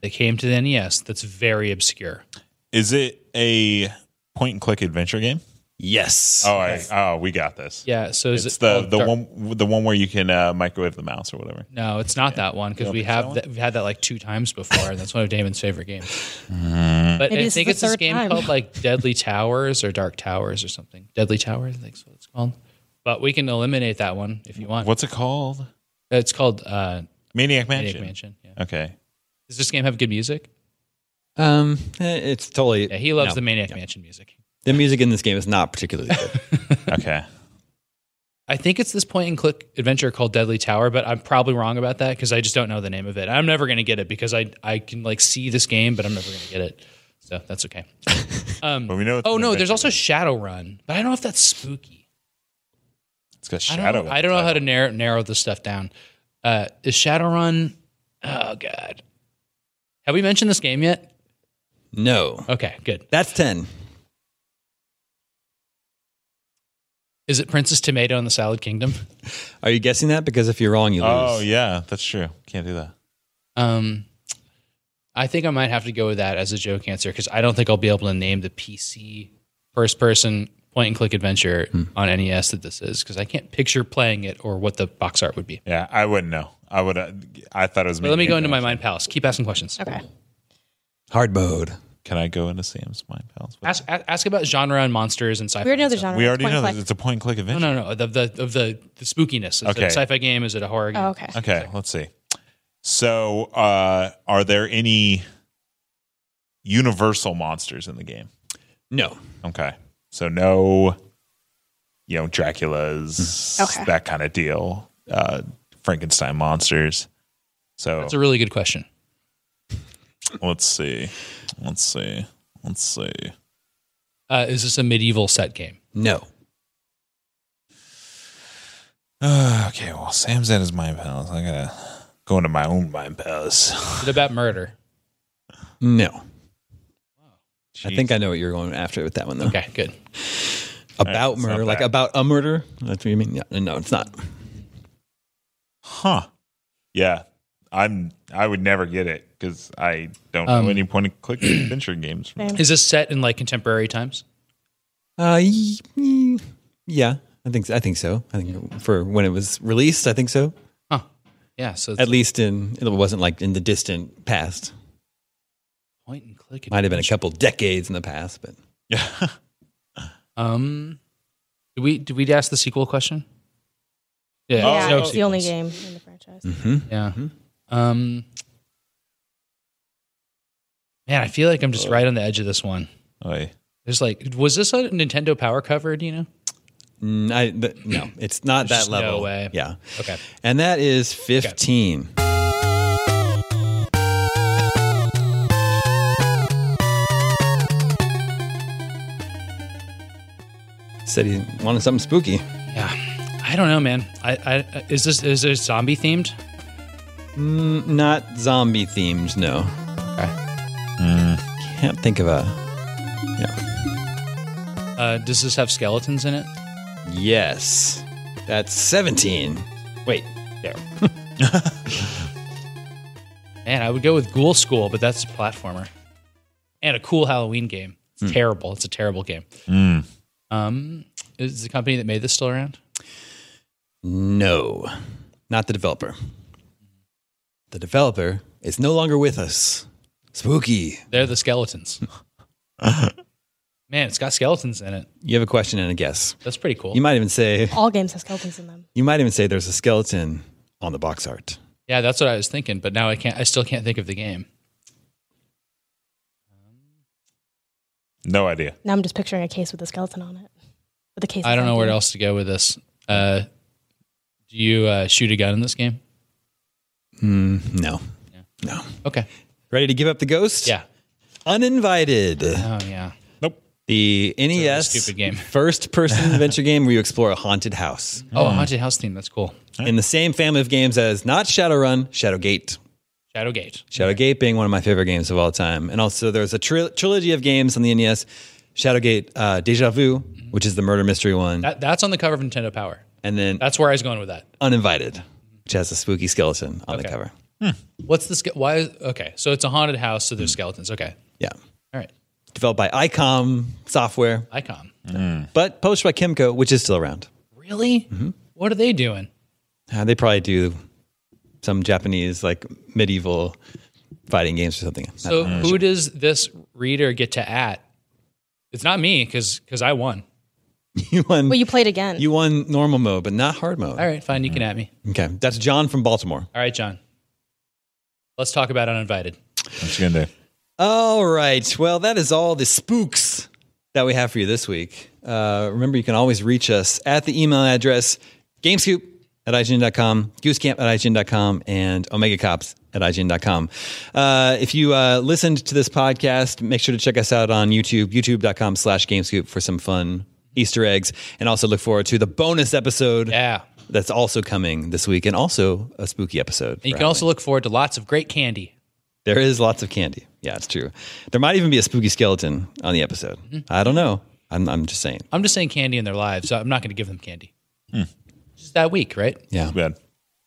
S4: that came to the NES that's very obscure.
S3: Is it a point and click adventure game?
S2: Yes.
S3: Oh, I, oh, we got this.
S4: Yeah, so is
S3: It's
S4: it Oh,
S3: the
S4: called
S3: the
S4: Dark-
S3: one the one where you can uh, microwave the mouse or whatever.
S4: No, it's not that one because we have that, we've had that like two times before, and that's one of Damon's favorite games. But
S5: Maybe
S4: I
S5: this
S4: think
S5: is
S4: it's
S5: the
S4: this
S5: third
S4: game
S5: time.
S4: called like Deadly Towers or Dark Towers or something. Deadly Towers, I think is what it's called. But we can eliminate that one if you want.
S3: What's it called?
S4: It's called uh,
S3: Maniac Mansion.
S4: Maniac Mansion. Yeah.
S3: Okay.
S4: Does this game have good music?
S2: Um, eh, it's totally.
S4: Yeah, he loves the Maniac Mansion music.
S2: The music in this game is not particularly good.
S3: Okay.
S4: I think it's this point and click adventure called Deadly Tower, but I'm probably wrong about that because I just don't know the name of it. I'm never going to get it because I I can like see this game, but I'm never going to get it. So that's okay.
S3: But we know. it's
S4: Oh
S3: an
S4: no, there's
S3: adventure.
S4: also Shadowrun, but I don't know if that's spooky.
S3: it's got
S4: I
S3: shadow.
S4: don't, know, I don't know how to narrow narrow this stuff down. Uh, is Shadowrun? Oh god, have we mentioned this game yet?
S2: No.
S4: Okay, good.
S2: That's 10.
S4: Is it Princess Tomato and the Salad Kingdom?
S2: Are you guessing that? Because if you're wrong, you lose.
S3: Oh yeah, that's true. Can't do that.
S4: Um, I think I might have to go with that as a joke answer because I don't think I'll be able to name the PC first person point and click adventure
S3: Hmm.
S4: on NES that this is because I can't picture playing it or what the box art would be.
S3: Yeah, I wouldn't know. I would. Uh, I thought it was.
S4: But let me go into my mind palace. Keep asking questions.
S5: Okay.
S2: Hard mode.
S3: Can I go into Sam's mind palace?
S4: Ask, a- ask about genre and monsters and sci-fi.
S5: We already know the genre.
S3: we
S5: It's
S3: already
S5: point
S3: know
S5: and
S3: that it's a point and click adventure.
S4: No, no, no. The, the, of the, the spookiness. Is it
S3: Okay.
S4: a sci-fi game? Is it a horror game?
S5: click. Oh, okay.
S3: Okay, let's see. So, uh, are there any universal monsters in the game?
S2: No.
S3: Okay, so no, you know, Dracula's
S5: Hmm. Okay.
S3: that kind of deal. Uh, Frankenstein monsters. So
S4: That's a really good question.
S3: let's see, let's see, let's see.
S4: Uh, is this a medieval set game?
S2: No.
S3: Uh, okay, well, Sam's at his mind palace. I gotta go into my own mind palace.
S4: Is it about murder?
S2: No. I
S3: Jeez.
S2: think I know what you're going after with that one, though.
S4: Okay, good.
S2: About
S3: It's not
S2: murder, like
S3: that.
S2: about a murder. That's what you mean? Yeah. No, it's not.
S3: Huh? Yeah, I'm. I would never get it because I don't
S4: Um,
S3: know any point and click adventure games. From
S5: Same.
S4: Is this set in like contemporary times?
S2: Uh, y- y- yeah, I think I think so. I think for when it was released, I think so.
S4: Huh. Yeah. So it's
S2: At least in it wasn't like in the distant past.
S4: point and click.
S2: Might have been a
S4: adventure.
S2: couple decades in the past, but
S3: yeah.
S4: Um, did we did we ask the sequel question? Yeah,
S5: Yeah,
S3: Oh,
S5: it's the only game in the franchise.
S4: Mm-hmm. Yeah. Um, man, I feel like I'm just right on the edge of this one.
S3: Oy.
S4: There's like, was this a Nintendo Power cover? Do you know?
S2: Mm, I, th- no, it's not
S4: There's
S2: that
S4: just no
S2: level.
S4: way.
S2: Yeah,
S4: Okay.
S2: and that is fifteen. Said he wanted something spooky.
S4: Yeah. I don't know, man. I, I is this is this zombie themed?
S2: Not zombie themed, no. Mm. Can't think of a.
S4: Uh, does this have skeletons in it?
S2: Yes. That's 17. Wait, there.
S4: Man, I would go with Ghoul School, but that's a platformer and a cool Halloween game. It's terrible. It's a terrible game. Um, is the company that made this still around?
S2: No, not the developer. The developer is no longer with us. Spooky.
S4: They're the skeletons. Man, it's got skeletons in it.
S2: You have a question and a guess.
S4: That's pretty cool.
S2: You might even say
S5: All games have skeletons in them.
S2: you might even say there's a skeleton on the box art.
S4: yeah, that's what I was thinking, but now I can't. I still can't think of the game.
S3: No idea.
S5: Now I'm just picturing a case with a skeleton on it. With a case.
S4: I don't know where
S5: else.
S4: else to go with this. Uh, do you uh, shoot a gun in this game?
S2: No. No.
S4: Okay.
S2: Ready to give up the ghost?
S4: Yeah.
S2: Uninvited.
S4: Oh yeah.
S3: Nope.
S2: The NES
S4: stupid game.
S2: first person adventure game where you explore a haunted house.
S4: Oh, a haunted house theme. That's cool.
S2: in the same family of games as not Shadowrun, Shadowgate.
S4: Shadowgate.
S2: Shadowgate being one of my favorite games of all time. And also, there's a tri- trilogy of games on the NES Shadowgate, uh, Deja Vu, which is the murder mystery one,
S4: That, that's on the cover of Nintendo Power.
S2: and then
S4: That's where I was going with that.
S2: Uninvited, which has a spooky skeleton on the cover.
S4: What's this? Why? is- Okay, so it's a haunted house, so
S2: Mm.
S4: there's skeletons. Okay,
S2: Yeah.
S4: all right.
S2: Developed by ICOM Software,
S4: Icon.
S2: but published by Kimco, which is still around.
S4: Really?
S2: Mm-hmm.
S4: What are they doing?
S2: Uh, they probably do some Japanese, like medieval fighting games or something. I
S4: So who does this reader get to at? It's not me because I won.
S2: don't- you won.
S5: Well, you played again.
S2: you won normal mode, but not hard mode.
S4: All right, fine.
S2: Mm-hmm.
S4: You can at me.
S2: Okay, that's John from Baltimore.
S4: All right, John. Let's talk about uninvited.
S3: What you gonna do?
S2: All right. Well, that is all the spooks that we have for you this week. Uh, remember, you can always reach us at the email address gamescoop at IGN.com, goosecamp at IGN.com, and omegacops at IGN.com. Uh, if you uh, listened to this podcast, make sure to check us out on YouTube, youtube.com slash gamescoop for some fun Easter eggs. And also look forward to the bonus episode
S4: Yeah.
S2: that's also coming this week and also a spooky episode.
S4: You
S2: for
S4: can also look forward to lots of great candy.
S2: there is lots of candy. Yeah, it's true. There might even be a spooky skeleton on the episode. I don't know. I'm, I'm just saying.
S4: I'm just saying candy in their lives. I'm not going to give them candy.
S2: Hmm.
S4: Just that week, right?
S2: Yeah.
S3: Bad.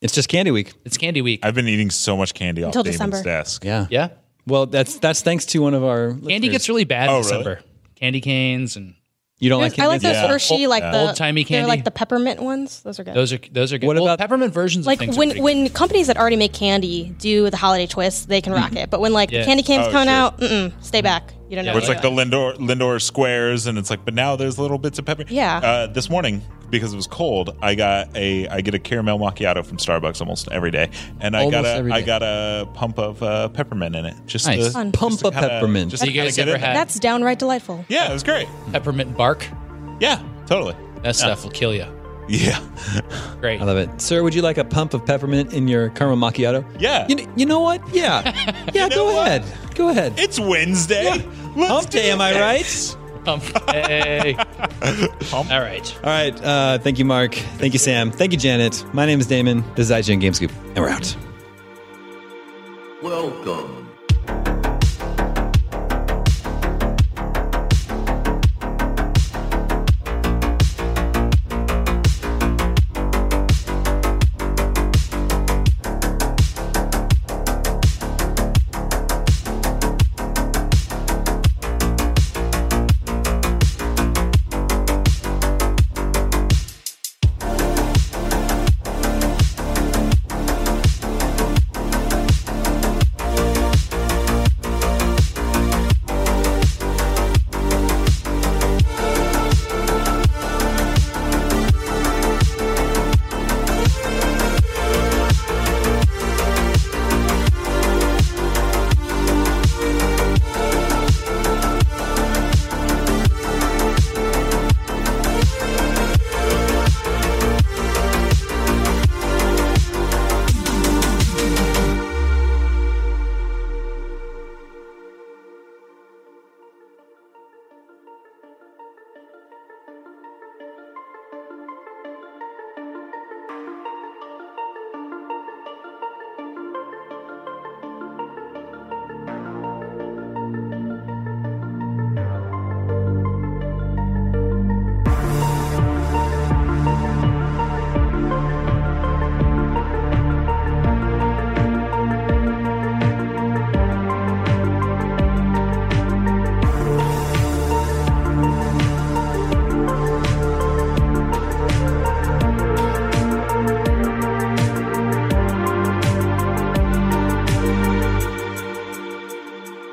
S2: It's just candy week.
S4: It's candy week.
S3: I've been eating so much candy off
S5: Until
S3: Damon's
S5: December.
S3: desk.
S2: Yeah.
S4: yeah.
S2: Well, that's that's thanks to one of our
S4: Candy
S2: listeners.
S4: gets really bad in
S3: Oh, really?
S4: December. Candy canes and
S2: You don't like
S5: I like
S2: candy?
S5: those
S3: Yeah.
S5: Hershey, like the
S4: Old-timey candy.
S5: They're like the peppermint ones. Those are good.
S4: those are those are good.
S2: What
S4: well,
S2: about-
S4: peppermint versions
S5: like
S4: of things? are
S5: when
S4: pretty
S5: when companies that already make candy do the holiday twist, they can rock it. But when like the
S4: Mm-hmm. Yeah.
S5: candy canes
S3: Oh,
S5: coming
S3: sure.
S5: out, mm-mm, stay back. You don't know.
S3: Where it's
S5: what
S3: like
S5: you're
S3: the Lindor Lindor squares, and it's like, but now there's little bits of pepper.
S5: Yeah.
S3: Uh, this morning, because it was cold, I got a I get a caramel macchiato from Starbucks almost every day, and I
S2: Almost
S3: got
S2: every
S3: a I
S2: day.
S3: got a pump of uh, peppermint in it. Just
S4: Nice.
S3: to, uh,
S5: Fun.
S2: Pump
S3: just to
S2: of
S3: kinda-
S2: peppermint.
S3: just
S4: Have
S3: to
S4: you
S3: kinda
S4: guys
S3: get
S4: ever
S3: in there.
S4: had-
S5: That's downright delightful.
S3: Yeah, it was great.
S4: good. peppermint bark.
S3: Yeah, totally.
S4: That stuff will kill you.
S3: Yeah,
S4: Great.
S2: I love it. Sir, would you like a pump of peppermint in your caramel macchiato?
S3: Yeah.
S2: You, you know what? Yeah. Yeah, go
S3: know what?
S2: ahead. Go ahead.
S3: it's Wednesday. Let's
S2: Hump
S3: do
S2: day, am I
S3: it.
S2: right?
S4: Pump. Hey. All right.
S2: All right. Uh, thank you, Mark. Thank you, Sam. Thank you, Janet. My name is Damon. This is IGN GameScoop, and we're out.
S1: Welcome.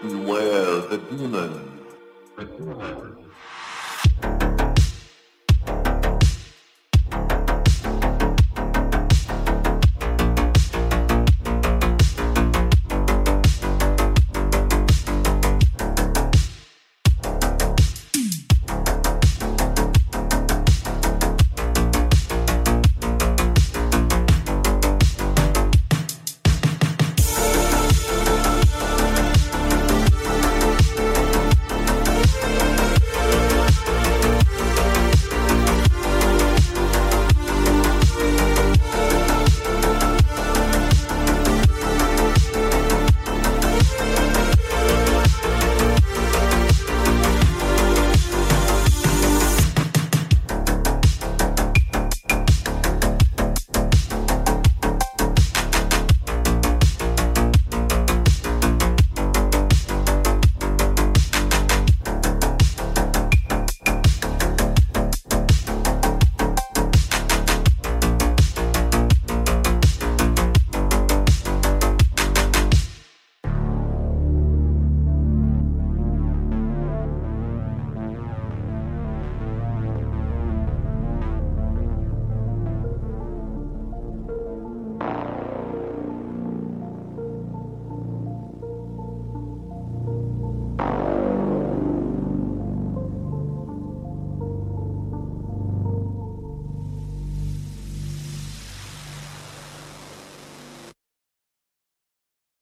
S1: Beware the demon. The demon.